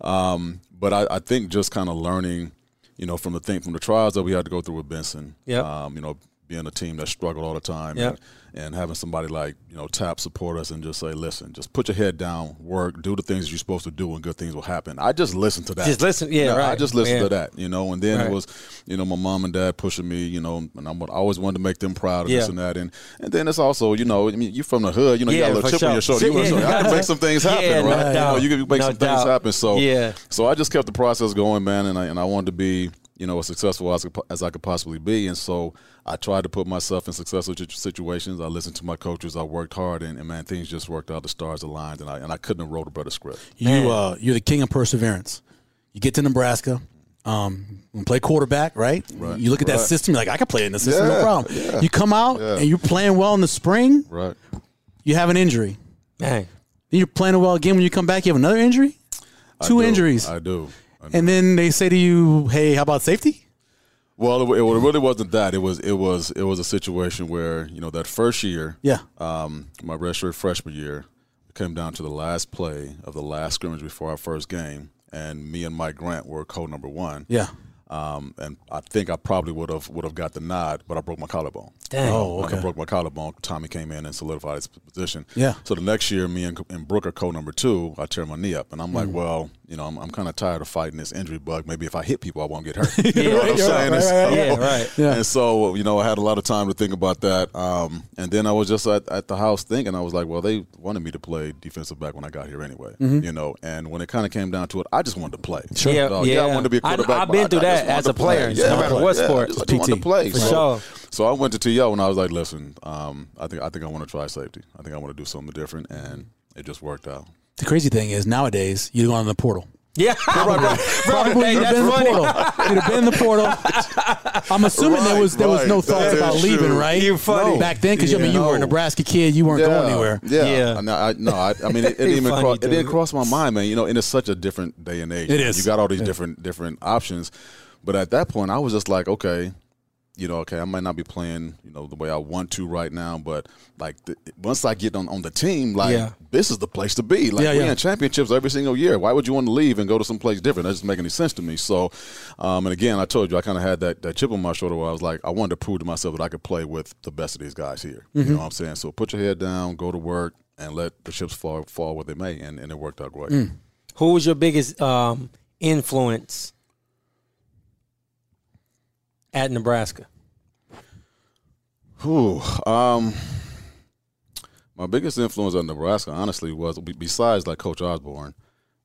[SPEAKER 4] Um, but I, I think just kind of learning, you know, from the thing from the trials that we had to go through with Benson.
[SPEAKER 3] Yep.
[SPEAKER 4] Um, you know, being a team that struggled all the time
[SPEAKER 3] Yep.
[SPEAKER 4] and, and having somebody like, you know, tap support us and just say, Listen, just put your head down, work, do the things you're supposed to do and good things will happen. I just listened to that.
[SPEAKER 3] Just listen- yeah,
[SPEAKER 4] No, I
[SPEAKER 3] right.
[SPEAKER 4] just listened
[SPEAKER 3] Yeah.
[SPEAKER 4] to that, you know, and then
[SPEAKER 3] Right.
[SPEAKER 4] it was, you know, my mom and dad pushing me, you know, and I'm, I always wanted to make them proud and
[SPEAKER 3] Yeah.
[SPEAKER 4] this and that. And and then it's also, you know, I mean you're from the hood, Oh, you know,
[SPEAKER 3] Yeah,
[SPEAKER 4] you got a little
[SPEAKER 3] for
[SPEAKER 4] chip on your
[SPEAKER 3] sure.
[SPEAKER 4] shoulder. You wanna
[SPEAKER 3] Yeah.
[SPEAKER 4] say, I can make some things happen,
[SPEAKER 3] Yeah, no
[SPEAKER 4] right? You, know,
[SPEAKER 3] doubt.
[SPEAKER 4] you can make
[SPEAKER 3] No
[SPEAKER 4] some
[SPEAKER 3] doubt.
[SPEAKER 4] things happen. So
[SPEAKER 3] Yeah.
[SPEAKER 4] so I just kept the process going, man, and I and I wanted to be, you know, as successful as, I could- as I could possibly be. And so I tried to put myself in successful situ- situations. I listened to my coaches. I worked hard, and, and man, things just worked out. The stars aligned, and I and I couldn't have wrote a better script.
[SPEAKER 2] you uh, you're the king of perseverance. You get to Nebraska, Um, you play quarterback, right?
[SPEAKER 4] Right,
[SPEAKER 2] You look at that
[SPEAKER 4] right.
[SPEAKER 2] system, you're like, I can play in the system, no
[SPEAKER 4] Yeah,
[SPEAKER 2] problem.
[SPEAKER 4] yeah.
[SPEAKER 2] You come out
[SPEAKER 4] Yeah.
[SPEAKER 2] and you're playing well in the spring,
[SPEAKER 4] Right.
[SPEAKER 2] you have an injury.
[SPEAKER 3] Dang.
[SPEAKER 2] Then you're playing well again when you come back, you have another injury,
[SPEAKER 4] I
[SPEAKER 2] two
[SPEAKER 4] do.
[SPEAKER 2] injuries,
[SPEAKER 4] I do. I do.
[SPEAKER 2] and then they say to you, "Hey, how about safety?"
[SPEAKER 4] Well, it, it really wasn't that. It was it was it was a situation where you know that first year,
[SPEAKER 2] Yeah.
[SPEAKER 4] um, my redshirt freshman year, it came down to the last play of the last scrimmage before our first game, and me and Mike Grant were co number one.
[SPEAKER 2] Yeah.
[SPEAKER 4] Um, and I think I probably would have would have got the nod, but I broke my collarbone.
[SPEAKER 3] Dang.
[SPEAKER 2] Oh,
[SPEAKER 4] Like, I
[SPEAKER 2] okay.
[SPEAKER 4] broke my collarbone. Tommy came in and solidified his position.
[SPEAKER 2] Yeah.
[SPEAKER 4] So the next year, me and, and Brooke are co number two. I tear my knee up, and I'm
[SPEAKER 2] Mm.
[SPEAKER 4] like, well, you know, I'm, I'm kind of tired of fighting this injury bug. Maybe if I hit people, I won't get hurt. you know what I'm
[SPEAKER 2] Yeah, right,
[SPEAKER 4] saying? And
[SPEAKER 2] right, right,
[SPEAKER 4] so-
[SPEAKER 3] Yeah, right.
[SPEAKER 2] Yeah.
[SPEAKER 4] And so, you know, I had a lot of time to think about that. Um, and then I was just at, at the house thinking, I was like, well, they wanted me to play defensive back when I got here anyway,
[SPEAKER 2] Mm-hmm.
[SPEAKER 4] you know. And when it kind of came down to it, I just wanted to play. Sure.
[SPEAKER 3] Yeah,
[SPEAKER 4] yeah, I
[SPEAKER 3] yeah.
[SPEAKER 4] wanted to be a
[SPEAKER 3] I-
[SPEAKER 4] quarterback.
[SPEAKER 3] I've
[SPEAKER 4] but
[SPEAKER 3] been
[SPEAKER 4] I- I
[SPEAKER 3] through
[SPEAKER 4] just
[SPEAKER 3] that
[SPEAKER 4] wanted
[SPEAKER 3] as
[SPEAKER 4] to
[SPEAKER 3] a
[SPEAKER 4] play.
[SPEAKER 3] player,
[SPEAKER 4] Yeah,
[SPEAKER 3] no matter
[SPEAKER 4] yeah,
[SPEAKER 3] what
[SPEAKER 4] yeah,
[SPEAKER 3] sport.
[SPEAKER 4] I just wanted to
[SPEAKER 2] PT.
[SPEAKER 4] play.
[SPEAKER 3] For
[SPEAKER 4] so,
[SPEAKER 3] sure.
[SPEAKER 4] so I went to TO and I was like, listen, um, I think I think I want to try safety. I think I want to do something different, and it just worked out.
[SPEAKER 2] The crazy thing is nowadays you go on the portal.
[SPEAKER 3] Yeah. Right, right.
[SPEAKER 2] Probably
[SPEAKER 3] Hey,
[SPEAKER 2] you'd
[SPEAKER 3] that's
[SPEAKER 2] have been in the
[SPEAKER 3] funny.
[SPEAKER 2] portal. You'd have been in the portal. I'm assuming there
[SPEAKER 4] Right,
[SPEAKER 2] was there was no
[SPEAKER 4] right.
[SPEAKER 2] thoughts
[SPEAKER 4] That
[SPEAKER 2] about
[SPEAKER 4] is
[SPEAKER 2] leaving,
[SPEAKER 4] true.
[SPEAKER 2] right?
[SPEAKER 3] You're funny.
[SPEAKER 2] back then because I mean you
[SPEAKER 4] Yeah.
[SPEAKER 2] were a Nebraska kid, you weren't going anywhere.
[SPEAKER 4] Yeah,
[SPEAKER 3] Yeah.
[SPEAKER 4] No, I, no, I, I mean, it, it didn't even
[SPEAKER 3] Funny,
[SPEAKER 4] cross, it
[SPEAKER 3] dude.
[SPEAKER 4] didn't cross my mind, man. You know, and it's such a different day and age.
[SPEAKER 2] It is.
[SPEAKER 4] You got all these different different options, but at that point, I was just like, okay, you know, okay, I might not be playing, you know, the way I want to right now, but like th- once I get on, on the team, like
[SPEAKER 3] Yeah.
[SPEAKER 4] this is the place to be. Like
[SPEAKER 2] Yeah,
[SPEAKER 4] we
[SPEAKER 2] yeah.
[SPEAKER 4] in championships every single year. Why would you want to leave and go to someplace different? That doesn't make any sense to me. So, um, and again, I told you I kind of had that, that chip on my shoulder where I was like, I wanted to prove to myself that I could play with the best of these guys here.
[SPEAKER 2] Mm-hmm.
[SPEAKER 4] You know what I'm saying? So put your head down, go to work, and let the chips fall fall where they may, and, and it worked out great.
[SPEAKER 2] Mm.
[SPEAKER 3] Who was your biggest um, influence at Nebraska?
[SPEAKER 4] Whew. Um, my biggest influence on Nebraska, honestly, was be- besides like Coach Osborne,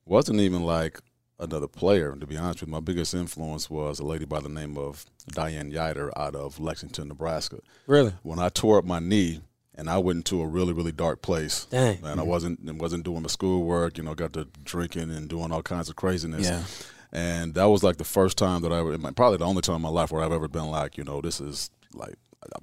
[SPEAKER 4] wasn't even like another player. To be honest with you, my biggest influence was a lady by the name of Diane Yider out of Lexington, Nebraska.
[SPEAKER 3] Really?
[SPEAKER 4] When I tore up my knee and I went into a really really dark place,
[SPEAKER 3] Dang.
[SPEAKER 4] man, I wasn't and wasn't doing my schoolwork. You know, got to drinking and doing all kinds of craziness.
[SPEAKER 2] Yeah.
[SPEAKER 4] And that was like the first time that I, ever- my- probably the only time in my life where I've ever been like, you know, this is like,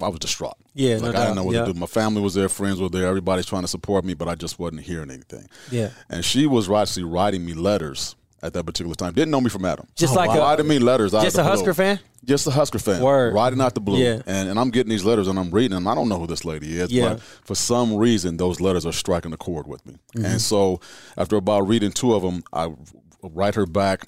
[SPEAKER 4] I was distraught.
[SPEAKER 3] Yeah,
[SPEAKER 4] like
[SPEAKER 3] no
[SPEAKER 4] I
[SPEAKER 3] doubt.
[SPEAKER 4] didn't know what
[SPEAKER 3] Yeah.
[SPEAKER 4] to do. My family was there, friends were there, everybody's trying to support me, but I just wasn't hearing anything.
[SPEAKER 3] Yeah.
[SPEAKER 4] And she was actually writing me letters at that particular time. Didn't know me from Adam. Oh,
[SPEAKER 3] Just like a,
[SPEAKER 4] writing me letters. out of
[SPEAKER 3] just
[SPEAKER 4] the
[SPEAKER 3] a Husker
[SPEAKER 4] blue.
[SPEAKER 3] fan?
[SPEAKER 4] Just a Husker fan.
[SPEAKER 3] Word.
[SPEAKER 4] Riding out the blue.
[SPEAKER 3] Yeah.
[SPEAKER 4] And, and I'm getting these letters and I'm reading them. I don't know who this lady is,
[SPEAKER 3] Yeah.
[SPEAKER 4] but for some reason, those letters are striking a chord with me.
[SPEAKER 3] Mm-hmm.
[SPEAKER 4] And so after about reading two of them, I write her back.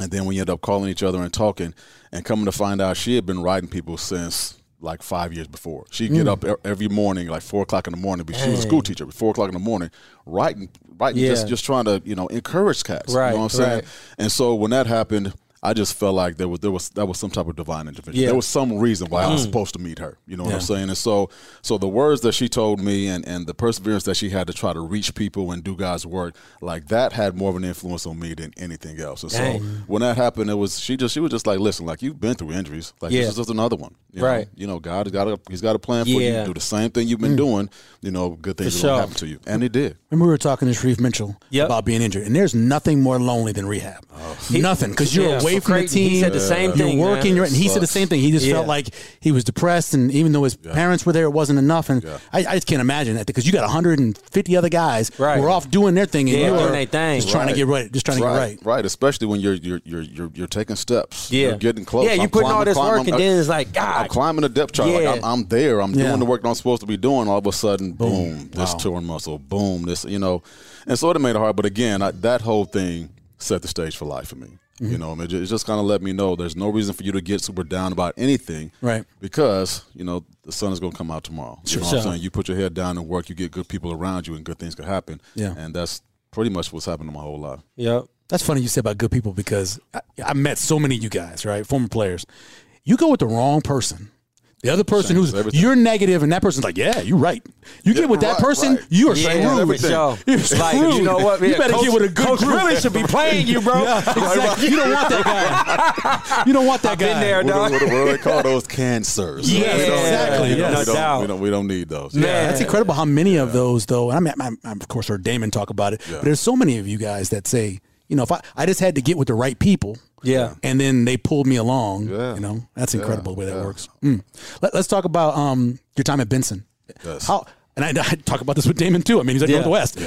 [SPEAKER 4] And then we end up calling each other and talking and coming to find out she had been writing people since like five years before. She'd
[SPEAKER 3] Mm.
[SPEAKER 4] get up e- every morning, like four o'clock in the morning. But she was a school teacher, four o'clock in the morning, writing, writing,
[SPEAKER 3] Yeah.
[SPEAKER 4] just, just trying to, you know, encourage cats.
[SPEAKER 3] Right,
[SPEAKER 4] You know what I'm saying?
[SPEAKER 3] right.
[SPEAKER 4] And so when that happened, I just felt like there was there was that was some type of divine intervention.
[SPEAKER 3] Yeah. Mm.
[SPEAKER 4] There was some reason why I was supposed to meet her. You know what I'm saying? And so so the words that she told me and, and the perseverance that she had to try to reach people and do God's work, like that had more of an influence on me than anything else. And
[SPEAKER 3] Dang.
[SPEAKER 4] so when that happened, it was she just she was just like, Listen, like you've been through injuries. Like
[SPEAKER 3] Yeah.
[SPEAKER 4] this is just another one. You
[SPEAKER 3] Right.
[SPEAKER 4] Know? You know, God has got a he's got a plan for
[SPEAKER 3] Yeah. Mm.
[SPEAKER 4] you. Do the same thing you've been doing, you know, good things
[SPEAKER 3] For sure.
[SPEAKER 4] are gonna happen to you. And it did.
[SPEAKER 2] Remember we were talking to Sharif Mitchell
[SPEAKER 3] Yep. Oh.
[SPEAKER 2] about being injured, and there's nothing more lonely than rehab. nothing because you're
[SPEAKER 3] Yeah,
[SPEAKER 2] away
[SPEAKER 3] for
[SPEAKER 2] from the
[SPEAKER 3] Creighton, he
[SPEAKER 2] team.
[SPEAKER 3] said the same
[SPEAKER 2] you're
[SPEAKER 3] thing, man.
[SPEAKER 2] working, you're, and he said the
[SPEAKER 4] Sucks.
[SPEAKER 2] same thing. He just
[SPEAKER 3] Yeah.
[SPEAKER 2] felt like he was depressed, and even though his parents were there, it wasn't enough. And I, I just can't imagine that because you got 150 other guys
[SPEAKER 3] Right.
[SPEAKER 2] who are off doing their thing, and
[SPEAKER 3] Yeah,
[SPEAKER 2] you're
[SPEAKER 3] doing their thing.
[SPEAKER 2] just trying to
[SPEAKER 4] Right.
[SPEAKER 2] get right, just trying to get right.
[SPEAKER 4] Especially when you're you're you're you're, you're taking steps.
[SPEAKER 3] Yeah.
[SPEAKER 4] You're getting close.
[SPEAKER 3] Yeah, you putting all this work and
[SPEAKER 4] I'm-
[SPEAKER 3] then it's like, God.
[SPEAKER 4] I'm climbing the depth chart.
[SPEAKER 3] Yeah.
[SPEAKER 4] Like I'm, I'm there. I'm
[SPEAKER 2] Yeah.
[SPEAKER 4] doing the work that I'm supposed to be doing. All of a sudden, boom, this torn muscle. Boom, this you know, and so it made it hard. But again, I, that whole thing set the stage for life for me. You know, I mean, it ju- it just kind of let me know there's no reason for you to get super down about anything,
[SPEAKER 2] Right.
[SPEAKER 4] Because you know the sun is going to come out tomorrow. You know what I'm
[SPEAKER 3] Sure.
[SPEAKER 4] saying? You put your head down and work. You get good people around you, and good things could happen.
[SPEAKER 2] Yeah.
[SPEAKER 4] and that's pretty much what's happened to my whole life.
[SPEAKER 3] Yep.
[SPEAKER 2] That's funny you said about good people because I, I met so many of you guys, right? Former players. You go with the wrong person. The other person
[SPEAKER 4] Changes
[SPEAKER 2] who's
[SPEAKER 4] everything.
[SPEAKER 2] you're negative, and that person's like, "Yeah, you're right." You get with that
[SPEAKER 4] right,
[SPEAKER 2] person,
[SPEAKER 4] right.
[SPEAKER 2] you are
[SPEAKER 4] Yeah,
[SPEAKER 2] screwed.
[SPEAKER 4] everything.
[SPEAKER 3] Yo,
[SPEAKER 2] You're
[SPEAKER 3] like,
[SPEAKER 2] screwed.
[SPEAKER 3] you know what?
[SPEAKER 2] You
[SPEAKER 3] man,
[SPEAKER 2] better
[SPEAKER 3] Coach-
[SPEAKER 2] get with a good
[SPEAKER 3] Coach
[SPEAKER 2] group.
[SPEAKER 3] really should be playing you, bro.
[SPEAKER 2] Yeah, exactly. You don't want that guy. You don't want that guy.
[SPEAKER 3] been there.
[SPEAKER 4] What
[SPEAKER 3] dog.
[SPEAKER 4] do, what do- what do they call those cancers?
[SPEAKER 2] Yeah,
[SPEAKER 4] We don't-
[SPEAKER 2] exactly,
[SPEAKER 4] We don't,
[SPEAKER 2] yes.
[SPEAKER 4] we, don't,
[SPEAKER 3] No
[SPEAKER 4] we, don't, we don't need those.
[SPEAKER 3] Man.
[SPEAKER 2] Yeah, Uh, that's incredible how many of those though. And I mean, I, I, of course, heard Damon talk about it, but there's so many of you guys that say you know, if I, I just had to get with the right people.
[SPEAKER 3] Yeah.
[SPEAKER 2] And then they pulled me along.
[SPEAKER 4] Yeah.
[SPEAKER 2] You know, that's incredible the way that works. Mm. Let, us talk about um, your time at Benson.
[SPEAKER 4] Yes.
[SPEAKER 2] How, and I, I talk about this with Damon too. I mean, he's at
[SPEAKER 3] Yeah.
[SPEAKER 2] Northwest.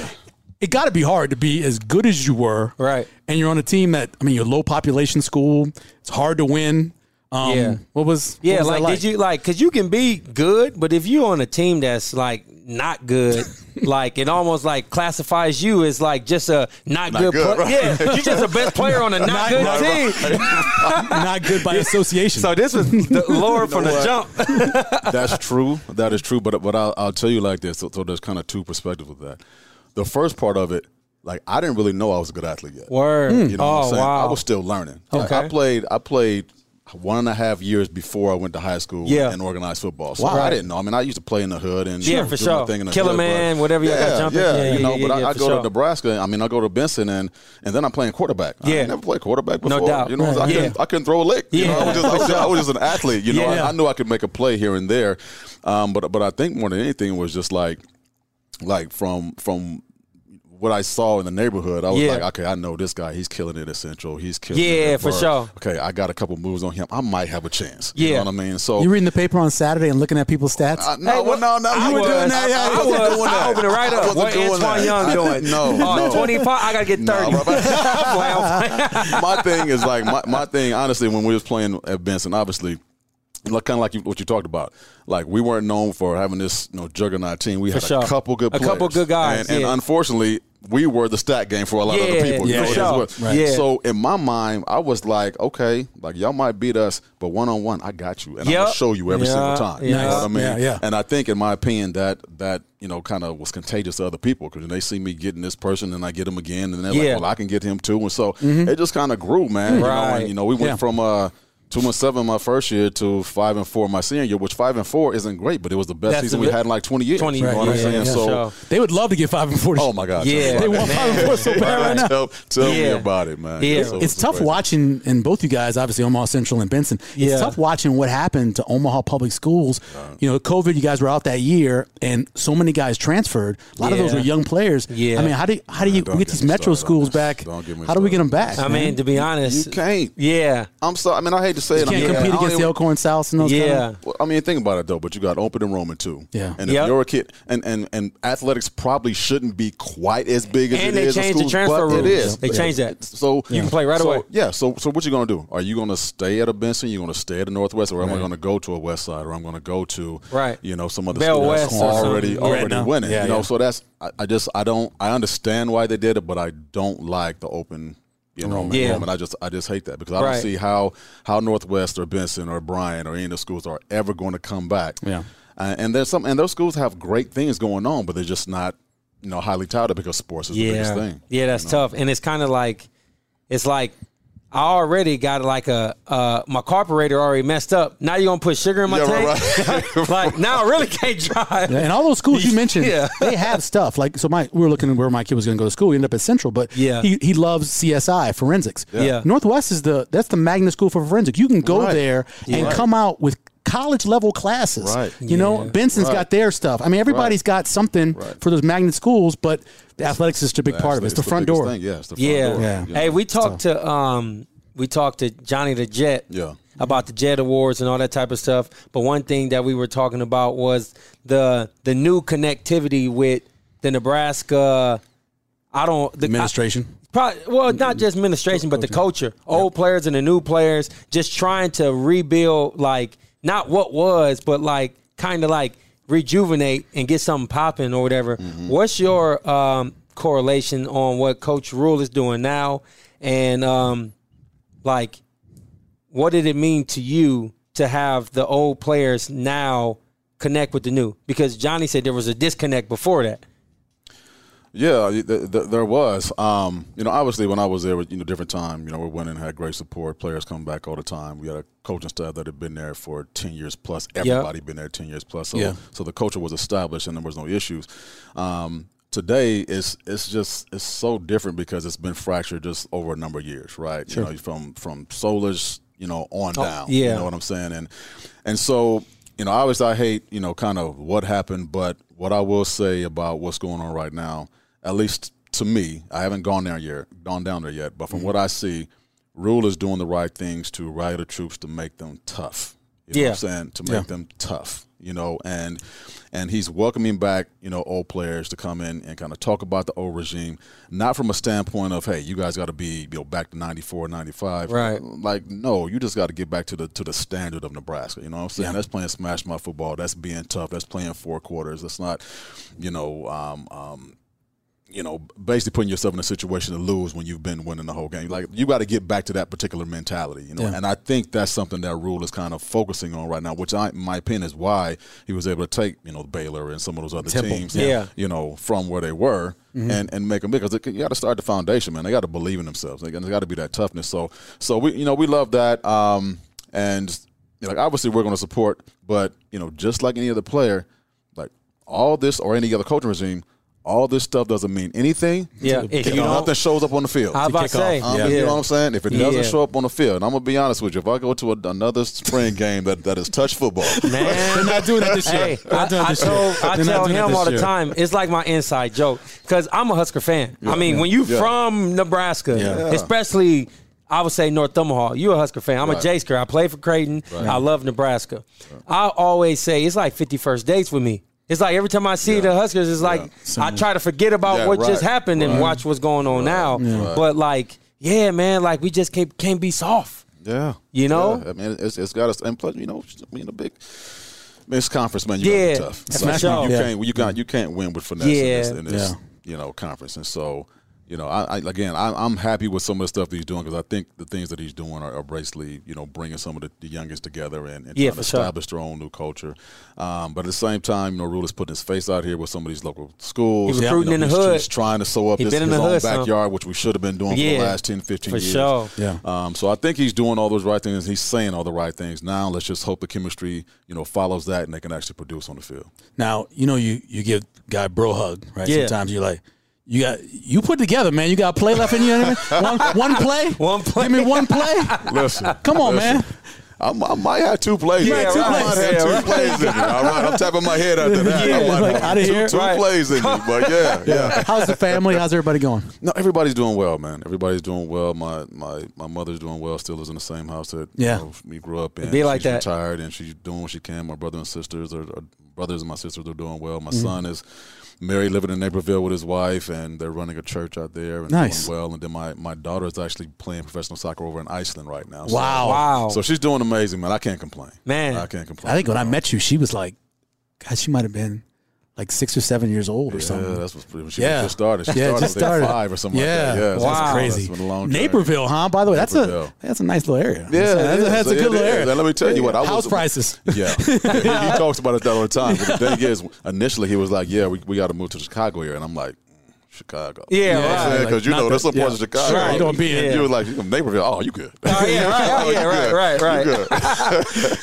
[SPEAKER 2] It got to be hard to be as good as you were.
[SPEAKER 3] Right.
[SPEAKER 2] And you're on a team that, I mean, you're a low population school. It's hard to win. Um,
[SPEAKER 3] Yeah.
[SPEAKER 2] What was, what
[SPEAKER 3] Yeah,
[SPEAKER 2] was that
[SPEAKER 3] like, did you like cuz you can be good, but if you're on a team that's like not good, like it almost like classifies you as like just a not, good, player.
[SPEAKER 4] good, right.
[SPEAKER 3] Yeah, you're just a best player on a not,
[SPEAKER 2] Not-
[SPEAKER 3] good
[SPEAKER 2] right,
[SPEAKER 3] team.
[SPEAKER 2] Not good by association.
[SPEAKER 3] So this was the lower from the jump.
[SPEAKER 4] That's true. That is true. But but I'll, I'll tell you like this. So, so there's kind of two perspectives with that. The first part of it, like I didn't really know I was a good athlete yet.
[SPEAKER 3] Word.
[SPEAKER 4] You know
[SPEAKER 3] oh
[SPEAKER 4] what I'm saying?
[SPEAKER 3] wow.
[SPEAKER 4] I was still learning. Like,
[SPEAKER 3] Okay.
[SPEAKER 4] I played I played one and a half years before I went to high school
[SPEAKER 3] Yeah.
[SPEAKER 4] and organized football. So
[SPEAKER 2] Wow.
[SPEAKER 4] I didn't know. I mean, I used to play in the hood and
[SPEAKER 3] Yeah,
[SPEAKER 4] do
[SPEAKER 3] for
[SPEAKER 4] my
[SPEAKER 3] sure.
[SPEAKER 4] thing in the
[SPEAKER 3] Killer
[SPEAKER 4] hood, but-
[SPEAKER 3] Man, whatever y'all
[SPEAKER 4] yeah,
[SPEAKER 3] got jumping.
[SPEAKER 4] Yeah,
[SPEAKER 3] Yeah, yeah,
[SPEAKER 4] you know,
[SPEAKER 3] yeah,
[SPEAKER 4] but
[SPEAKER 3] yeah,
[SPEAKER 4] I, I
[SPEAKER 3] for
[SPEAKER 4] go
[SPEAKER 3] sure.
[SPEAKER 4] to Nebraska. I mean, I go to Benson and and then I'm playing quarterback. I
[SPEAKER 3] Yeah.
[SPEAKER 4] never played quarterback before.
[SPEAKER 3] doubt.
[SPEAKER 4] You know, I,
[SPEAKER 3] Right.
[SPEAKER 4] couldn't,
[SPEAKER 3] Yeah.
[SPEAKER 4] I couldn't throw a lick. You know, I was, just, I, was just, I was just an athlete. You know,
[SPEAKER 2] Yeah.
[SPEAKER 4] I, I knew I could make a play here and there. Um, but but I think more than anything it was just like like from from what I saw in the neighborhood, I was
[SPEAKER 3] Yeah.
[SPEAKER 4] like, okay, I know this guy. He's killing it at Central. He's killing it.
[SPEAKER 3] Yeah,
[SPEAKER 4] at
[SPEAKER 3] for
[SPEAKER 4] Burr.
[SPEAKER 3] sure.
[SPEAKER 4] Okay, I got a couple moves on him. I might have a chance.
[SPEAKER 3] Yeah.
[SPEAKER 4] You know what I mean? So
[SPEAKER 2] you reading the paper on Saturday and looking at people's stats?
[SPEAKER 4] Oh. I, no, well, no, no,
[SPEAKER 3] I
[SPEAKER 4] you
[SPEAKER 3] was,
[SPEAKER 4] were doing that. Yeah,
[SPEAKER 3] I,
[SPEAKER 4] wasn't
[SPEAKER 3] was.
[SPEAKER 4] doing
[SPEAKER 3] I
[SPEAKER 4] that.
[SPEAKER 3] opened it right up.
[SPEAKER 4] I
[SPEAKER 3] What
[SPEAKER 4] wasn't doing
[SPEAKER 3] Antoine
[SPEAKER 4] that.
[SPEAKER 3] Young
[SPEAKER 4] I
[SPEAKER 3] doing?
[SPEAKER 4] didn't- No,
[SPEAKER 3] Oh,
[SPEAKER 4] no.
[SPEAKER 3] 25. I gotta get
[SPEAKER 4] No,
[SPEAKER 3] 30. Wow.
[SPEAKER 4] my thing is like my, my thing honestly when we was playing at Benson obviously like kind of like you, what you talked about like we weren't known for having this you know juggernaut team we had
[SPEAKER 3] sure.
[SPEAKER 4] a couple good
[SPEAKER 3] A
[SPEAKER 4] players.
[SPEAKER 3] couple good guys,
[SPEAKER 4] and, and
[SPEAKER 3] yeah.
[SPEAKER 4] unfortunately we were the stat game for a lot of
[SPEAKER 3] Yeah,
[SPEAKER 4] other people
[SPEAKER 3] yeah,
[SPEAKER 4] you know,
[SPEAKER 3] for
[SPEAKER 4] it is
[SPEAKER 3] sure.
[SPEAKER 4] what-
[SPEAKER 3] Right. Yeah.
[SPEAKER 4] so in my mind I was like okay like y'all might beat us but one on one I got you and I'm
[SPEAKER 3] Yep.
[SPEAKER 4] gonna show you every
[SPEAKER 3] Yeah,
[SPEAKER 4] single time you
[SPEAKER 3] yeah.
[SPEAKER 4] know what I mean
[SPEAKER 2] Yeah, yeah.
[SPEAKER 4] and I think, in my opinion, that that you know kind of was contagious to other people because they see me getting this person, and I get him again, and they're
[SPEAKER 3] Yeah.
[SPEAKER 4] like, "Well, I can get him too." And so it just kind of grew, man. You know,
[SPEAKER 3] Right.
[SPEAKER 4] and, you know, we went
[SPEAKER 2] Yeah.
[SPEAKER 4] from uh, two and seven my first year to five and four my senior year, which five and four isn't great, but it was the best
[SPEAKER 3] That's
[SPEAKER 4] season
[SPEAKER 3] the
[SPEAKER 4] we
[SPEAKER 3] be-
[SPEAKER 4] had in like twenty years.
[SPEAKER 3] 20
[SPEAKER 4] you know what I'm
[SPEAKER 3] years, yeah,
[SPEAKER 4] saying? so,
[SPEAKER 3] sure.
[SPEAKER 2] they would love to get five and forty.
[SPEAKER 4] oh my god,
[SPEAKER 3] Yeah.
[SPEAKER 2] They want five and four so bad right now.
[SPEAKER 4] Tell, tell me
[SPEAKER 3] Yeah.
[SPEAKER 4] about it, man.
[SPEAKER 3] Yeah.
[SPEAKER 4] So
[SPEAKER 2] it's
[SPEAKER 4] so
[SPEAKER 2] tough
[SPEAKER 4] crazy.
[SPEAKER 2] watching and both you guys obviously omaha central and benson it's
[SPEAKER 3] Yeah.
[SPEAKER 2] tough watching what happened to omaha public schools you know covid you guys were out that year and so many guys transferred a lot of those
[SPEAKER 3] Yeah.
[SPEAKER 2] were young players
[SPEAKER 3] Yeah.
[SPEAKER 2] i mean how do you, how do you
[SPEAKER 4] don't
[SPEAKER 2] get
[SPEAKER 4] get
[SPEAKER 2] these
[SPEAKER 4] me
[SPEAKER 2] metro
[SPEAKER 4] started on
[SPEAKER 2] schools
[SPEAKER 4] this.
[SPEAKER 2] back
[SPEAKER 4] Don't get me
[SPEAKER 2] how do we get them
[SPEAKER 4] started on
[SPEAKER 2] back
[SPEAKER 4] this.
[SPEAKER 3] I
[SPEAKER 2] man?
[SPEAKER 3] mean, to be honest,
[SPEAKER 4] You can't.
[SPEAKER 3] Yeah,
[SPEAKER 4] I'm sorry. I mean, I hate to say it.
[SPEAKER 2] you
[SPEAKER 4] I
[SPEAKER 2] can't
[SPEAKER 4] mean, I
[SPEAKER 2] compete
[SPEAKER 4] don't
[SPEAKER 2] against the
[SPEAKER 4] even-
[SPEAKER 2] elkhorn south and those kind
[SPEAKER 3] yeah.
[SPEAKER 2] of
[SPEAKER 4] Well, I mean, think about it though. But you got open enrollment too.
[SPEAKER 2] Yeah.
[SPEAKER 4] And if
[SPEAKER 3] Yep.
[SPEAKER 4] you're a kid, and, and and athletics probably shouldn't be quite as big as
[SPEAKER 3] And
[SPEAKER 4] it
[SPEAKER 3] they
[SPEAKER 4] is in
[SPEAKER 3] changed the
[SPEAKER 4] schools,
[SPEAKER 3] transfer
[SPEAKER 4] but
[SPEAKER 3] rules.
[SPEAKER 4] It is.
[SPEAKER 3] They changed that.
[SPEAKER 4] So
[SPEAKER 3] You can play right
[SPEAKER 4] so,
[SPEAKER 3] away.
[SPEAKER 4] Yeah. So so what you gonna do? Are you gonna stay at a Benson? You gonna stay at a Northwest, or am I gonna go to a West Side, or I'm gonna go to
[SPEAKER 3] Right.
[SPEAKER 4] You know, some other
[SPEAKER 3] Bell
[SPEAKER 4] school that's
[SPEAKER 3] West or something.
[SPEAKER 4] already
[SPEAKER 3] Yeah.
[SPEAKER 4] already
[SPEAKER 2] Right now.
[SPEAKER 4] winning.
[SPEAKER 2] Yeah,
[SPEAKER 4] you know,
[SPEAKER 2] yeah.
[SPEAKER 4] so that's I, I just I don't I understand why they did it, but I don't like the open. You know,
[SPEAKER 3] Yeah.
[SPEAKER 4] enrollment. I just I just hate that because I
[SPEAKER 3] Right.
[SPEAKER 4] don't see how how Northwest or Benson or Bryan or any of the schools are ever going to come back.
[SPEAKER 2] Yeah.
[SPEAKER 4] Uh, and there's some and those schools have great things going on, but they're just not you know highly touted because sports is the biggest thing.
[SPEAKER 3] Yeah, that's tough. And it's kind of like, it's like, I already got like a uh, my carburetor already messed up. Now you're gonna put sugar in my
[SPEAKER 4] Yeah, right,
[SPEAKER 3] tank. like now I really can't drive.
[SPEAKER 2] Yeah, and all those schools you mentioned,
[SPEAKER 3] Yeah.
[SPEAKER 2] they have stuff. Like so, my we were looking at where my kid was going to go to school. He ended up at Central, but
[SPEAKER 3] Yeah.
[SPEAKER 2] he, he loves CSI forensics.
[SPEAKER 3] Yeah.
[SPEAKER 2] Northwest is the that's the magnet school for forensics. You can go
[SPEAKER 4] Right.
[SPEAKER 2] there and come out with college level classes.
[SPEAKER 4] Right.
[SPEAKER 2] You know, Benson's got their stuff. I mean, everybody's got something for those magnet schools, but the athletics is just a big part of it. It's the, front
[SPEAKER 4] biggest
[SPEAKER 2] door.
[SPEAKER 4] Thing. Yeah, it's the front
[SPEAKER 3] Yeah.
[SPEAKER 4] door.
[SPEAKER 2] Yeah.
[SPEAKER 4] You know?
[SPEAKER 3] Hey, we talked to um we talked to Johnny the Jet
[SPEAKER 4] Yeah.
[SPEAKER 3] about the Jet Awards and all that type of stuff. But one thing that we were talking about was the the new connectivity with the Nebraska I don't the
[SPEAKER 2] Administration.
[SPEAKER 3] Probably, well, not just administration, but the culture. Old players and the new players just trying to rebuild, like, not what was, but like, kind of like rejuvenate and get something popping or whatever. What's your um, correlation on what Coach Rule is doing now? And, um, like, what did it mean to you to have the old players now connect with the new? Because Johnny said there was a disconnect before that.
[SPEAKER 4] Yeah, th- th- there was. Um, you know, obviously when I was there, you know, different time. You know, we're winning, had great support. Players come back all the time. We had a coaching staff that had been there for ten years plus. Everybody been there ten years plus. So,
[SPEAKER 2] Yeah.
[SPEAKER 4] so the culture was established and there was no issues. Um, today, it's it's just it's so different because it's been fractured just over a number of years, right? You know, from from Solis, you know, on
[SPEAKER 2] Oh,
[SPEAKER 4] down. You
[SPEAKER 3] yeah.
[SPEAKER 4] know what I'm saying? And and so, you know, obviously I hate, you know, kind of what happened, but what I will say about what's going on right now, at least to me, I haven't gone there yet, gone down there yet. But from what I see, Rule is doing the right things to rally the troops to make them tough. You know
[SPEAKER 3] Yeah.
[SPEAKER 4] what I'm saying? To make them tough. You know, and and he's welcoming back, you know, old players to come in and kind of talk about the old regime, not from a standpoint of, hey, you guys got to be, you know, back to 94, 95.
[SPEAKER 3] Right.
[SPEAKER 4] Like, no, you just got to get back to the to the standard of Nebraska. You know what I'm saying? That's playing smash my football. That's being tough. That's playing four quarters. That's not, you know, um, um, you know, basically putting yourself in a situation to lose when you've been winning the whole game. Like you got to get back to that particular mentality, you know. And I think that's something that Rule is kind of focusing on right now, which I, in my opinion, is why he was able to take you know Baylor and some of those other teams,
[SPEAKER 3] Yeah.
[SPEAKER 4] you know, from where they were and and make them big. Because you got to start the foundation, man. They got to believe in themselves. They got to be that toughness. So so we you know we love that. Um, and you know, like obviously we're going to support, but you know, just like any other player, like all this or any other coaching regime, all this stuff doesn't mean anything.
[SPEAKER 3] Yeah, if
[SPEAKER 4] if
[SPEAKER 3] you don't-
[SPEAKER 4] nothing shows up on the field.
[SPEAKER 3] I was about to
[SPEAKER 2] kick
[SPEAKER 3] say,
[SPEAKER 4] Um,
[SPEAKER 3] yeah.
[SPEAKER 4] You know what I'm saying? If it doesn't
[SPEAKER 3] Yeah.
[SPEAKER 4] show up on the field, and I'm gonna be honest with you, if I go to a, another spring game that, that is touch football,
[SPEAKER 3] man.
[SPEAKER 2] They're not doing that this year.
[SPEAKER 3] Hey,
[SPEAKER 2] They're
[SPEAKER 3] I,
[SPEAKER 2] not doing
[SPEAKER 3] I
[SPEAKER 2] this year.
[SPEAKER 3] told, I
[SPEAKER 2] They're not
[SPEAKER 3] tell
[SPEAKER 2] doing that
[SPEAKER 3] him
[SPEAKER 2] this
[SPEAKER 3] all the
[SPEAKER 2] year.
[SPEAKER 3] time. It's like my inside joke because I'm a Husker fan. I mean, when you
[SPEAKER 4] Yeah.
[SPEAKER 3] from Nebraska,
[SPEAKER 2] Yeah.
[SPEAKER 3] especially I would say North Omaha, you a Husker fan. I'm
[SPEAKER 4] Right.
[SPEAKER 3] a Jasker. I play for Creighton. I love Nebraska. I always say it's like 51st dates with me. It's like every time I see the Huskers, it's like I try to forget about
[SPEAKER 4] Yeah,
[SPEAKER 3] what
[SPEAKER 4] right,
[SPEAKER 3] just happened and
[SPEAKER 4] right.
[SPEAKER 3] watch what's going on now. But like, yeah, man, like we just can't, can't be soft.
[SPEAKER 4] yeah,
[SPEAKER 3] You know?
[SPEAKER 4] Yeah, I mean, it's, it's got us. And plus, you know, I mean, the big. I mean, it's conference, man. You
[SPEAKER 3] Yeah,
[SPEAKER 4] gotta be tough.
[SPEAKER 3] that's
[SPEAKER 4] Like,
[SPEAKER 3] for
[SPEAKER 4] you,
[SPEAKER 3] sure.
[SPEAKER 4] you
[SPEAKER 2] Yeah.
[SPEAKER 4] can't, you can't, you can't win with finesse
[SPEAKER 3] Yeah.
[SPEAKER 4] in this, in this
[SPEAKER 2] Yeah.
[SPEAKER 4] you know, conference. And so, you know, I, I again, I, I'm happy with some of the stuff that he's doing because I think the things that he's doing are, are basically, you know, bringing some of the, the youngest together and, and
[SPEAKER 3] Yeah,
[SPEAKER 4] trying to
[SPEAKER 3] for sure.
[SPEAKER 4] establish their own new culture. Um, but at the same time, you know, Rule is putting his face out here with some of these local schools.
[SPEAKER 3] He recruiting
[SPEAKER 4] You know,
[SPEAKER 3] in the
[SPEAKER 4] he's-
[SPEAKER 3] hood.
[SPEAKER 4] He's trying to sew up
[SPEAKER 3] He
[SPEAKER 4] his,
[SPEAKER 3] been in
[SPEAKER 4] his
[SPEAKER 3] the
[SPEAKER 4] own
[SPEAKER 3] hood some.
[SPEAKER 4] backyard, which we should have been doing for
[SPEAKER 3] Yeah.
[SPEAKER 4] the last 10, 15
[SPEAKER 3] For
[SPEAKER 4] years.
[SPEAKER 3] sure.
[SPEAKER 2] Yeah.
[SPEAKER 4] Um, so I think he's doing all those right things. He's saying all the right things. Now let's just hope the chemistry, you know, follows that and they can actually produce on the field.
[SPEAKER 2] Now you know you you give guy bro hug right.
[SPEAKER 3] Yeah.
[SPEAKER 2] Sometimes you're like. You got you put together, man. You got a play left in you. you know what I mean? One, one play,
[SPEAKER 3] One play.
[SPEAKER 2] Give me one play.
[SPEAKER 4] Listen,
[SPEAKER 2] Come on, man.
[SPEAKER 4] i I might have two plays.
[SPEAKER 3] Yeah,
[SPEAKER 4] in me. I
[SPEAKER 3] right.
[SPEAKER 4] might have two
[SPEAKER 3] Yeah,
[SPEAKER 4] plays in me. All right, I'm tapping my head after that.
[SPEAKER 2] Yeah,
[SPEAKER 4] I might
[SPEAKER 2] like,
[SPEAKER 4] have
[SPEAKER 2] outta
[SPEAKER 4] two,
[SPEAKER 2] here.
[SPEAKER 4] two
[SPEAKER 3] Right.
[SPEAKER 4] plays in me, but yeah, yeah.
[SPEAKER 2] How's the family? How's everybody going?
[SPEAKER 4] No, everybody's doing well, man. Everybody's doing well. My my my mother's doing well. Still is in the same house that you
[SPEAKER 2] Yeah.
[SPEAKER 4] know, we grew up in.
[SPEAKER 3] be like
[SPEAKER 4] she's
[SPEAKER 3] that.
[SPEAKER 4] Retired and she's doing what she can. My brother and sisters are, are brothers and my sisters are doing well.
[SPEAKER 2] Mm-hmm.
[SPEAKER 4] My son is married, living in Naperville with his wife, and they're running a church out there. And
[SPEAKER 2] Nice.
[SPEAKER 4] Doing well, and then my my daughter is actually playing professional soccer over in Iceland right now. So-
[SPEAKER 2] Wow.
[SPEAKER 3] Wow.
[SPEAKER 4] So she's doing amazing, man. I can't complain.
[SPEAKER 3] Man.
[SPEAKER 4] I can't complain.
[SPEAKER 2] I think when I met you, she was like, God, she might have been like six or seven years old or
[SPEAKER 4] yeah,
[SPEAKER 2] something.
[SPEAKER 4] that's what when she
[SPEAKER 2] Yeah.
[SPEAKER 4] just started. She
[SPEAKER 2] Yeah,
[SPEAKER 4] started,
[SPEAKER 2] just
[SPEAKER 4] I think,
[SPEAKER 2] started.
[SPEAKER 4] five or something
[SPEAKER 2] Yeah.
[SPEAKER 4] like that. Yeah, so
[SPEAKER 3] Wow.
[SPEAKER 4] it's-
[SPEAKER 2] Crazy.
[SPEAKER 4] it's been a long journey.
[SPEAKER 2] Naperville, huh? By the way, that's
[SPEAKER 4] Naperville.
[SPEAKER 2] a that's a nice little area.
[SPEAKER 4] Yeah,
[SPEAKER 2] that's,
[SPEAKER 4] it
[SPEAKER 2] a, that's
[SPEAKER 4] is.
[SPEAKER 2] a good
[SPEAKER 4] It
[SPEAKER 2] little
[SPEAKER 4] is.
[SPEAKER 2] area.
[SPEAKER 4] And let me tell you what, I was
[SPEAKER 2] house prices.
[SPEAKER 4] Yeah, Yeah, he, he talks about it that all the time. But the thing is, initially he was like, "Yeah, we, we got to move to the Chicago area," and I'm like, mm, "Chicago."
[SPEAKER 3] Yeah,
[SPEAKER 4] you know what I'm
[SPEAKER 3] right.
[SPEAKER 4] saying?
[SPEAKER 2] Like,
[SPEAKER 4] 'Cause you
[SPEAKER 2] not
[SPEAKER 4] know there's
[SPEAKER 2] the-
[SPEAKER 4] some parts
[SPEAKER 2] yeah.
[SPEAKER 4] of Chicago.
[SPEAKER 2] Sure, you don't be in.
[SPEAKER 4] You were like, you from Naperville? Oh, you good?
[SPEAKER 3] Oh, yeah, right, oh, yeah,
[SPEAKER 4] you
[SPEAKER 3] right,
[SPEAKER 4] good.
[SPEAKER 3] right,
[SPEAKER 4] You
[SPEAKER 3] right.
[SPEAKER 4] good.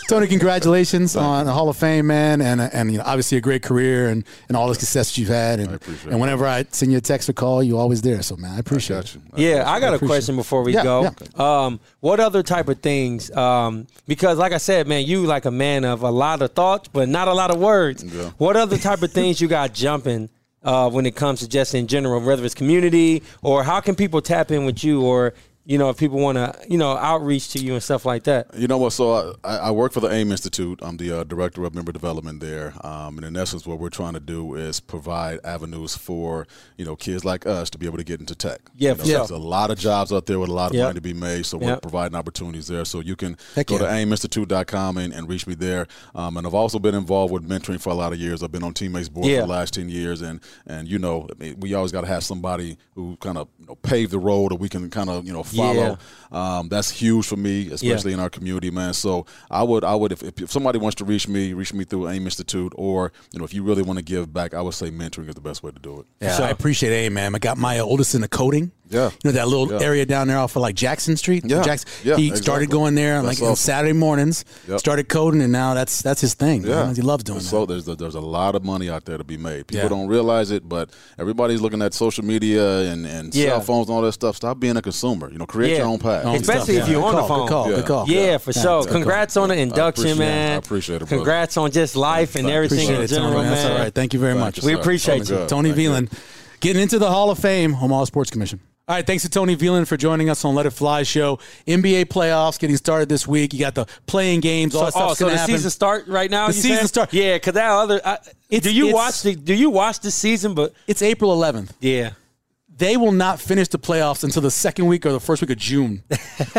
[SPEAKER 2] Tony, congratulations on the Hall of Fame, man, and uh, and you know, obviously a great career and, and all the success you've had. And,
[SPEAKER 4] appreciate
[SPEAKER 2] and
[SPEAKER 4] it.
[SPEAKER 2] whenever I send you a text or call, you're always there. So man, I appreciate
[SPEAKER 4] Got you.
[SPEAKER 3] Yeah, I got a question before we
[SPEAKER 2] Yeah,
[SPEAKER 3] go. Um, what other type of things? Um, because like I said, man, you like a man of a lot of thoughts, but not a lot of words.
[SPEAKER 4] Yeah.
[SPEAKER 3] What other type of things you got jumping uh, when it comes to just in general, whether it's community or how can people tap in with you or you know if people want to you know outreach to you and stuff like that.
[SPEAKER 4] You know what? So I, I work for the AIM Institute. I'm the uh, director of member development there, um, and in essence, what we're trying to do is provide avenues for you know kids like us to be able to get into tech.
[SPEAKER 3] Yeah,
[SPEAKER 4] You know,
[SPEAKER 3] for sure.
[SPEAKER 4] There's a lot of jobs out there with a lot of
[SPEAKER 3] Yep.
[SPEAKER 4] money to be made, so we're
[SPEAKER 3] Yep.
[SPEAKER 4] providing opportunities there. So you can
[SPEAKER 2] Heck
[SPEAKER 4] go to
[SPEAKER 2] yeah.
[SPEAKER 4] aiminstitute.com and, and reach me there. Um, and I've also been involved with mentoring for a lot of years. I've been on teammates board
[SPEAKER 3] Yeah.
[SPEAKER 4] for the last ten years, and and you know I mean, we always got to have somebody who kind of you know, pave the road, or we can kind of you know follow. Um, that's huge for me, especially in our community, man. So I would, I would, if, if somebody wants to reach me, reach me through AIM Institute, or you know, if you really want to give back, I would say mentoring is the best way to do it.
[SPEAKER 2] it. Yeah, I appreciate it, man. I got my oldest in the coding.
[SPEAKER 4] Yeah.
[SPEAKER 2] you know that little
[SPEAKER 4] Yeah.
[SPEAKER 2] area down there off of like Jackson Street.
[SPEAKER 4] Yeah.
[SPEAKER 2] Jackson.
[SPEAKER 4] Yeah,
[SPEAKER 2] he started
[SPEAKER 4] exactly.
[SPEAKER 2] going there like
[SPEAKER 4] That's
[SPEAKER 2] on
[SPEAKER 4] awesome.
[SPEAKER 2] Saturday mornings.
[SPEAKER 4] Yep.
[SPEAKER 2] Started coding, and now that's that's his thing. Yeah, he loves doing
[SPEAKER 4] so
[SPEAKER 2] that.
[SPEAKER 4] there's a, there's a lot of money out there to be made. People
[SPEAKER 2] Yeah.
[SPEAKER 4] don't realize it, but everybody's looking at social media and, and
[SPEAKER 3] Yeah.
[SPEAKER 4] cell phones and all that stuff. Stop being a consumer. You know, create
[SPEAKER 3] Yeah.
[SPEAKER 4] your own path.
[SPEAKER 2] Own stuff.
[SPEAKER 3] Especially if you're on
[SPEAKER 2] Good
[SPEAKER 3] the phone.
[SPEAKER 2] call, Good call.
[SPEAKER 4] Yeah.
[SPEAKER 2] Good call.
[SPEAKER 3] Yeah, for sure.
[SPEAKER 2] good call.
[SPEAKER 3] Congrats on the induction,
[SPEAKER 4] appreciate it.
[SPEAKER 3] man.
[SPEAKER 4] I appreciate it, brother.
[SPEAKER 3] Congrats on just life and
[SPEAKER 4] Thank you.
[SPEAKER 3] everything
[SPEAKER 2] Appreciate
[SPEAKER 3] in
[SPEAKER 2] it, Tony.
[SPEAKER 3] general,
[SPEAKER 2] That's all
[SPEAKER 3] man.
[SPEAKER 2] right. Thank you very much.
[SPEAKER 4] you,
[SPEAKER 3] We
[SPEAKER 4] sir.
[SPEAKER 3] appreciate
[SPEAKER 4] It's
[SPEAKER 3] you.
[SPEAKER 4] all good.
[SPEAKER 2] Tony
[SPEAKER 4] Thank you.
[SPEAKER 2] Veland. Getting into the Hall of Fame, Omaha Sports Commission. All right, thanks to Tony Veland for joining us on Let It Fly show. NBA playoffs getting started this week. You got the playing games, all that
[SPEAKER 3] oh,
[SPEAKER 2] stuff's
[SPEAKER 3] so
[SPEAKER 2] gonna
[SPEAKER 3] the
[SPEAKER 2] happen.
[SPEAKER 3] season start right now.
[SPEAKER 2] The
[SPEAKER 3] you
[SPEAKER 2] season
[SPEAKER 3] said?
[SPEAKER 2] start-
[SPEAKER 3] Yeah, because that other. I,
[SPEAKER 2] It's-
[SPEAKER 3] do you
[SPEAKER 2] it's-
[SPEAKER 3] watch the? Do you watch the season? But
[SPEAKER 2] it's April 11th.
[SPEAKER 3] yeah,
[SPEAKER 2] They will not finish the playoffs until the second week or the first week of June.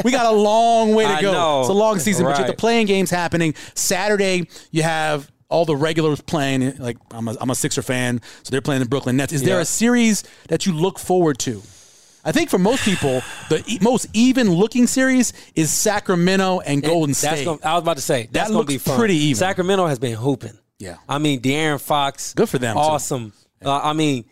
[SPEAKER 2] we got a long way to
[SPEAKER 3] I
[SPEAKER 2] go.
[SPEAKER 3] know.
[SPEAKER 2] It's a long season, but you have
[SPEAKER 3] Right.
[SPEAKER 2] the playing games happening. Saturday, you have all the regulars playing. Like I'm a, I'm a Sixer fan, so they're playing the Brooklyn Nets. Is there
[SPEAKER 3] Yeah.
[SPEAKER 2] a series that you look forward to? I think for most people, the e- most even looking series is Sacramento and Golden
[SPEAKER 3] That's
[SPEAKER 2] State.
[SPEAKER 3] gonna, I was about to say that's gonna
[SPEAKER 2] looks
[SPEAKER 3] be fun.
[SPEAKER 2] pretty even.
[SPEAKER 3] Sacramento has been hooping.
[SPEAKER 2] Yeah.
[SPEAKER 3] I mean De'Aaron Fox.
[SPEAKER 2] Good for them, too.
[SPEAKER 3] Awesome. Uh, I mean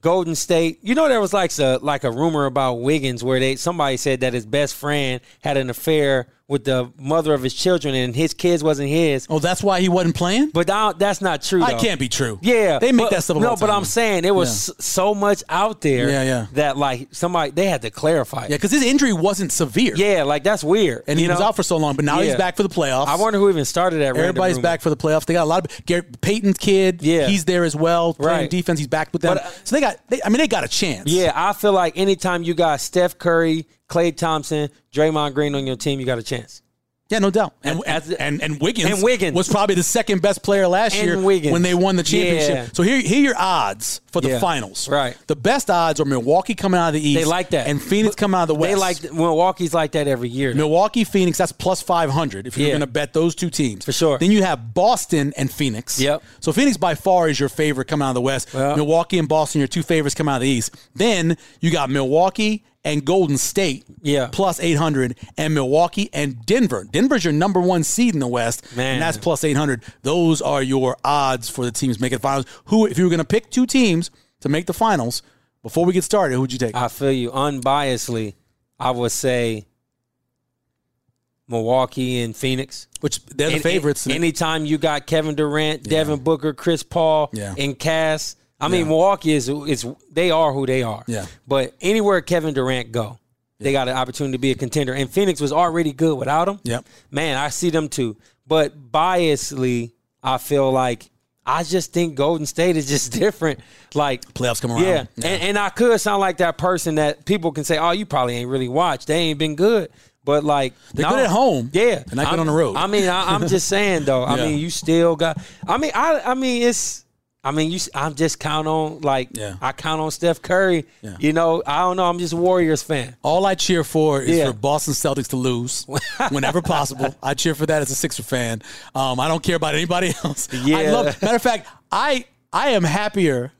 [SPEAKER 3] Golden State. You know there was like a like a rumor about Wiggins where they somebody said that his best friend had an affair with the mother of his children and his kids wasn't his.
[SPEAKER 2] oh, that's why he wasn't playing?
[SPEAKER 3] But I don't- that's not true.
[SPEAKER 2] I
[SPEAKER 3] though.
[SPEAKER 2] can't be true.
[SPEAKER 3] Yeah,
[SPEAKER 2] They make
[SPEAKER 3] but-
[SPEAKER 2] that stuff up
[SPEAKER 3] No,
[SPEAKER 2] all the
[SPEAKER 3] but
[SPEAKER 2] time.
[SPEAKER 3] I'm saying there was s- so much out there.
[SPEAKER 2] Yeah, yeah.
[SPEAKER 3] That like somebody they had to clarify.
[SPEAKER 2] Yeah,
[SPEAKER 3] Yeah,
[SPEAKER 2] because his injury wasn't severe.
[SPEAKER 3] like that's weird.
[SPEAKER 2] And he
[SPEAKER 3] you
[SPEAKER 2] was
[SPEAKER 3] know?
[SPEAKER 2] out for so long, but now he's
[SPEAKER 3] Yeah.
[SPEAKER 2] back for the playoffs.
[SPEAKER 3] I wonder who even started that. random
[SPEAKER 2] Everybody's
[SPEAKER 3] rumor.
[SPEAKER 2] back for the playoffs. They got a lot of Garrett, Peyton's kid.
[SPEAKER 3] Yeah.
[SPEAKER 2] he's there as well playing
[SPEAKER 3] Right.
[SPEAKER 2] defense. He's back with them.
[SPEAKER 3] But, uh,
[SPEAKER 2] so they got. They, I mean, they got a chance.
[SPEAKER 3] Yeah, I feel like anytime you got Steph Curry, Klay Thompson, Draymond Green on your team, you got a chance.
[SPEAKER 2] yeah, no doubt. And and,
[SPEAKER 3] As-
[SPEAKER 2] and and Wiggins
[SPEAKER 3] and Wiggins.
[SPEAKER 2] was probably the second best player last
[SPEAKER 3] And
[SPEAKER 2] year
[SPEAKER 3] Wiggins.
[SPEAKER 2] when they won the championship.
[SPEAKER 3] Yeah.
[SPEAKER 2] So here here are your odds for the
[SPEAKER 3] Yeah.
[SPEAKER 2] finals.
[SPEAKER 3] Right.
[SPEAKER 2] the best odds are Milwaukee coming out of the East.
[SPEAKER 3] They like that.
[SPEAKER 2] and Phoenix coming out of the West.
[SPEAKER 3] They like Milwaukee's like that every year. though.
[SPEAKER 2] Milwaukee, Phoenix, that's plus 500 if you're
[SPEAKER 3] Yeah.
[SPEAKER 2] going to bet those two teams. For
[SPEAKER 3] sure.
[SPEAKER 2] Then you have Boston and Phoenix.
[SPEAKER 3] Yep.
[SPEAKER 2] So Phoenix by far is your favorite coming out of the West.
[SPEAKER 3] Yeah.
[SPEAKER 2] Milwaukee and Boston, your two favorites coming out of the East. Then you got Milwaukee and Golden State.
[SPEAKER 3] Yeah.
[SPEAKER 2] Plus 800. And Milwaukee and Denver. Denver's your number one seed in the West.
[SPEAKER 3] Man.
[SPEAKER 2] And that's plus 800. Those are your odds for the teams making the finals. Who, if you were going to pick two teams to make the finals, before we get started, who'd you take?
[SPEAKER 3] I feel you unbiasedly. I would say Milwaukee and Phoenix.
[SPEAKER 2] Which they're the
[SPEAKER 3] And-
[SPEAKER 2] favorites.
[SPEAKER 3] and- anytime you got Kevin Durant, Devin Booker, Chris Paul,
[SPEAKER 2] Yeah.
[SPEAKER 3] and Cass. I mean, Milwaukee is is they are who they are.
[SPEAKER 2] Yeah.
[SPEAKER 3] But anywhere Kevin Durant go, they got an opportunity to be a contender. And Phoenix was already good without him.
[SPEAKER 2] Yep.
[SPEAKER 3] Man, I see them too. But biasly, I feel like I just think Golden State is just different. Like
[SPEAKER 2] Playoffs come around.
[SPEAKER 3] yeah, And, and I could sound like that person that people can say, "Oh, you probably ain't really watched. They ain't been good." But like
[SPEAKER 2] They're good at home.
[SPEAKER 3] yeah.
[SPEAKER 2] They're not good
[SPEAKER 3] I'm-
[SPEAKER 2] on the road.
[SPEAKER 3] I mean, I, I'm just saying though. I
[SPEAKER 2] Yeah.
[SPEAKER 3] mean, you still got. I mean, I. I mean, it's. I mean, you. s- I'm just count on like.
[SPEAKER 2] Yeah.
[SPEAKER 3] I count on Steph Curry. You know, I don't know. I'm just a Warriors fan.
[SPEAKER 2] All I cheer for is
[SPEAKER 3] Yeah.
[SPEAKER 2] for Boston Celtics to lose whenever possible. I cheer for that as a Sixer fan. Um, I don't care about anybody else. I
[SPEAKER 3] Yeah.
[SPEAKER 2] love, matter of fact, I I am happier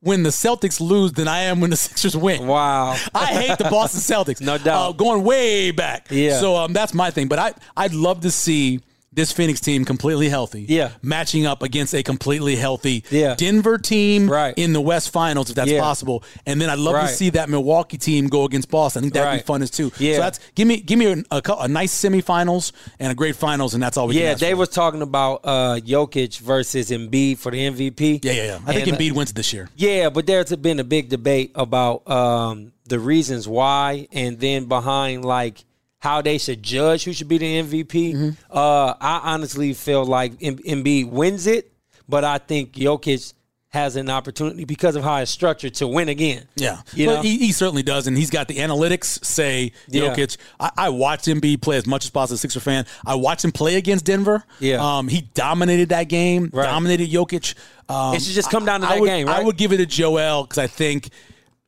[SPEAKER 2] when the Celtics lose than I am when the Sixers win.
[SPEAKER 3] Wow.
[SPEAKER 2] I hate the Boston Celtics.
[SPEAKER 3] No doubt.
[SPEAKER 2] Uh, going way back.
[SPEAKER 3] Yeah.
[SPEAKER 2] So um, that's my thing. But I, I'd love to see this Phoenix team completely healthy.
[SPEAKER 3] Yeah.
[SPEAKER 2] Matching up against a completely healthy
[SPEAKER 3] Yeah.
[SPEAKER 2] Denver team
[SPEAKER 3] Right.
[SPEAKER 2] in the West Finals, if that's
[SPEAKER 3] Yeah.
[SPEAKER 2] possible. And then I'd love to
[SPEAKER 3] Right.
[SPEAKER 2] see that Milwaukee team go against Boston. I think that'd be
[SPEAKER 3] Right.
[SPEAKER 2] fun as too.
[SPEAKER 3] Yeah.
[SPEAKER 2] So that's give me give me a, a, cou- a nice semifinals and a great finals, and that's all we can
[SPEAKER 3] Yeah,
[SPEAKER 2] ask
[SPEAKER 3] they
[SPEAKER 2] for.
[SPEAKER 3] was talking about uh Jokic versus Embiid for the MVP.
[SPEAKER 2] Yeah, yeah, yeah. I think
[SPEAKER 3] And, uh,
[SPEAKER 2] Embiid wins it this year.
[SPEAKER 3] Yeah, but there's been a big debate about um, the reasons why, and then behind like how they should judge who should be the MVP.
[SPEAKER 2] Mm-hmm.
[SPEAKER 3] Uh, I honestly feel like M- Embiid wins it, but I think Jokic has an opportunity because of how it's structured to win again.
[SPEAKER 2] Yeah,
[SPEAKER 3] You
[SPEAKER 2] but
[SPEAKER 3] know?
[SPEAKER 2] he, he certainly does, and he's got the analytics say
[SPEAKER 3] Yeah.
[SPEAKER 2] Jokic. I, I watched him be play as much as possible. as a Sixer fan, I watched him play against Denver.
[SPEAKER 3] Yeah.
[SPEAKER 2] um, he dominated that game.
[SPEAKER 3] Right.
[SPEAKER 2] Dominated Jokic. Um,
[SPEAKER 3] It should just come down to
[SPEAKER 2] I- I
[SPEAKER 3] that
[SPEAKER 2] would-
[SPEAKER 3] game, right?
[SPEAKER 2] I would give it to Joel because I think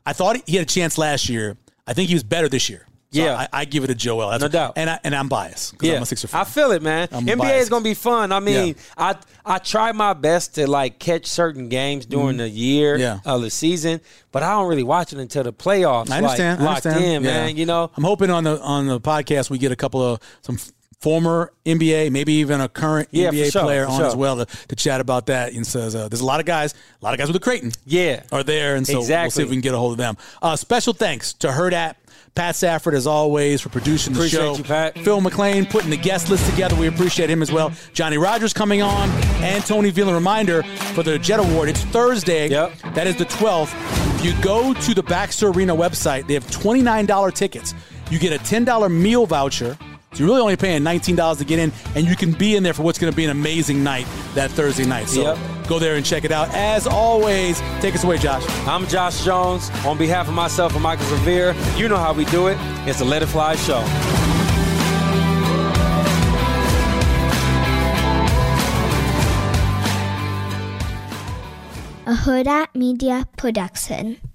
[SPEAKER 2] I thought he had a chance last year. I think he was better this year. So
[SPEAKER 3] Yeah.
[SPEAKER 2] I, I give it to Joel. That's
[SPEAKER 3] No
[SPEAKER 2] what-
[SPEAKER 3] doubt.
[SPEAKER 2] and I, and I'm biased because I'm a Sixer fan.
[SPEAKER 3] I feel it, man.
[SPEAKER 2] I'm
[SPEAKER 3] NBA
[SPEAKER 2] biased.
[SPEAKER 3] is gonna be fun. I mean,
[SPEAKER 2] Yeah.
[SPEAKER 3] I I try my best to like catch certain games during the year
[SPEAKER 2] Mm-hmm. Yeah.
[SPEAKER 3] of the season, but I don't really watch it until the playoffs.
[SPEAKER 2] I understand.
[SPEAKER 3] Like,
[SPEAKER 2] I
[SPEAKER 3] locked
[SPEAKER 2] understand.
[SPEAKER 3] in,
[SPEAKER 2] Yeah.
[SPEAKER 3] man. You know,
[SPEAKER 2] I'm hoping on the on the podcast we get a couple of some f- former NBA, maybe even a current
[SPEAKER 3] Yeah,
[SPEAKER 2] NBA
[SPEAKER 3] for sure,
[SPEAKER 2] player
[SPEAKER 3] for
[SPEAKER 2] on
[SPEAKER 3] sure.
[SPEAKER 2] as well to, to chat about that. And says uh, there's a lot of guys, a lot of guys with the Creighton
[SPEAKER 3] yeah.
[SPEAKER 2] are there, and so we'll see
[SPEAKER 3] Exactly.
[SPEAKER 2] if we can get a hold of them. Uh, special thanks to Herd App. Pat Safford, as always, for producing the
[SPEAKER 3] Appreciate
[SPEAKER 2] show.
[SPEAKER 3] you, Pat.
[SPEAKER 2] Phil McLean putting the guest list together. We appreciate him as well. Johnny Rogers coming on, and Tony Veal. A Reminder for the Jet Award. It's Thursday.
[SPEAKER 3] Yep.
[SPEAKER 2] That is the 12th. You go to the Baxter Arena website. They have $29 tickets. You get a $10 meal voucher. So you're really only paying $19 to get in, and you can be in there for what's going to be an amazing night that Thursday night. So
[SPEAKER 3] Yep.
[SPEAKER 2] Go there and check it out. As always, take us away, Josh.
[SPEAKER 3] I'm Josh Jones. On behalf of myself and Michael Revere, you know how we do it. It's the Let It Fly show.
[SPEAKER 5] a Huda Media production.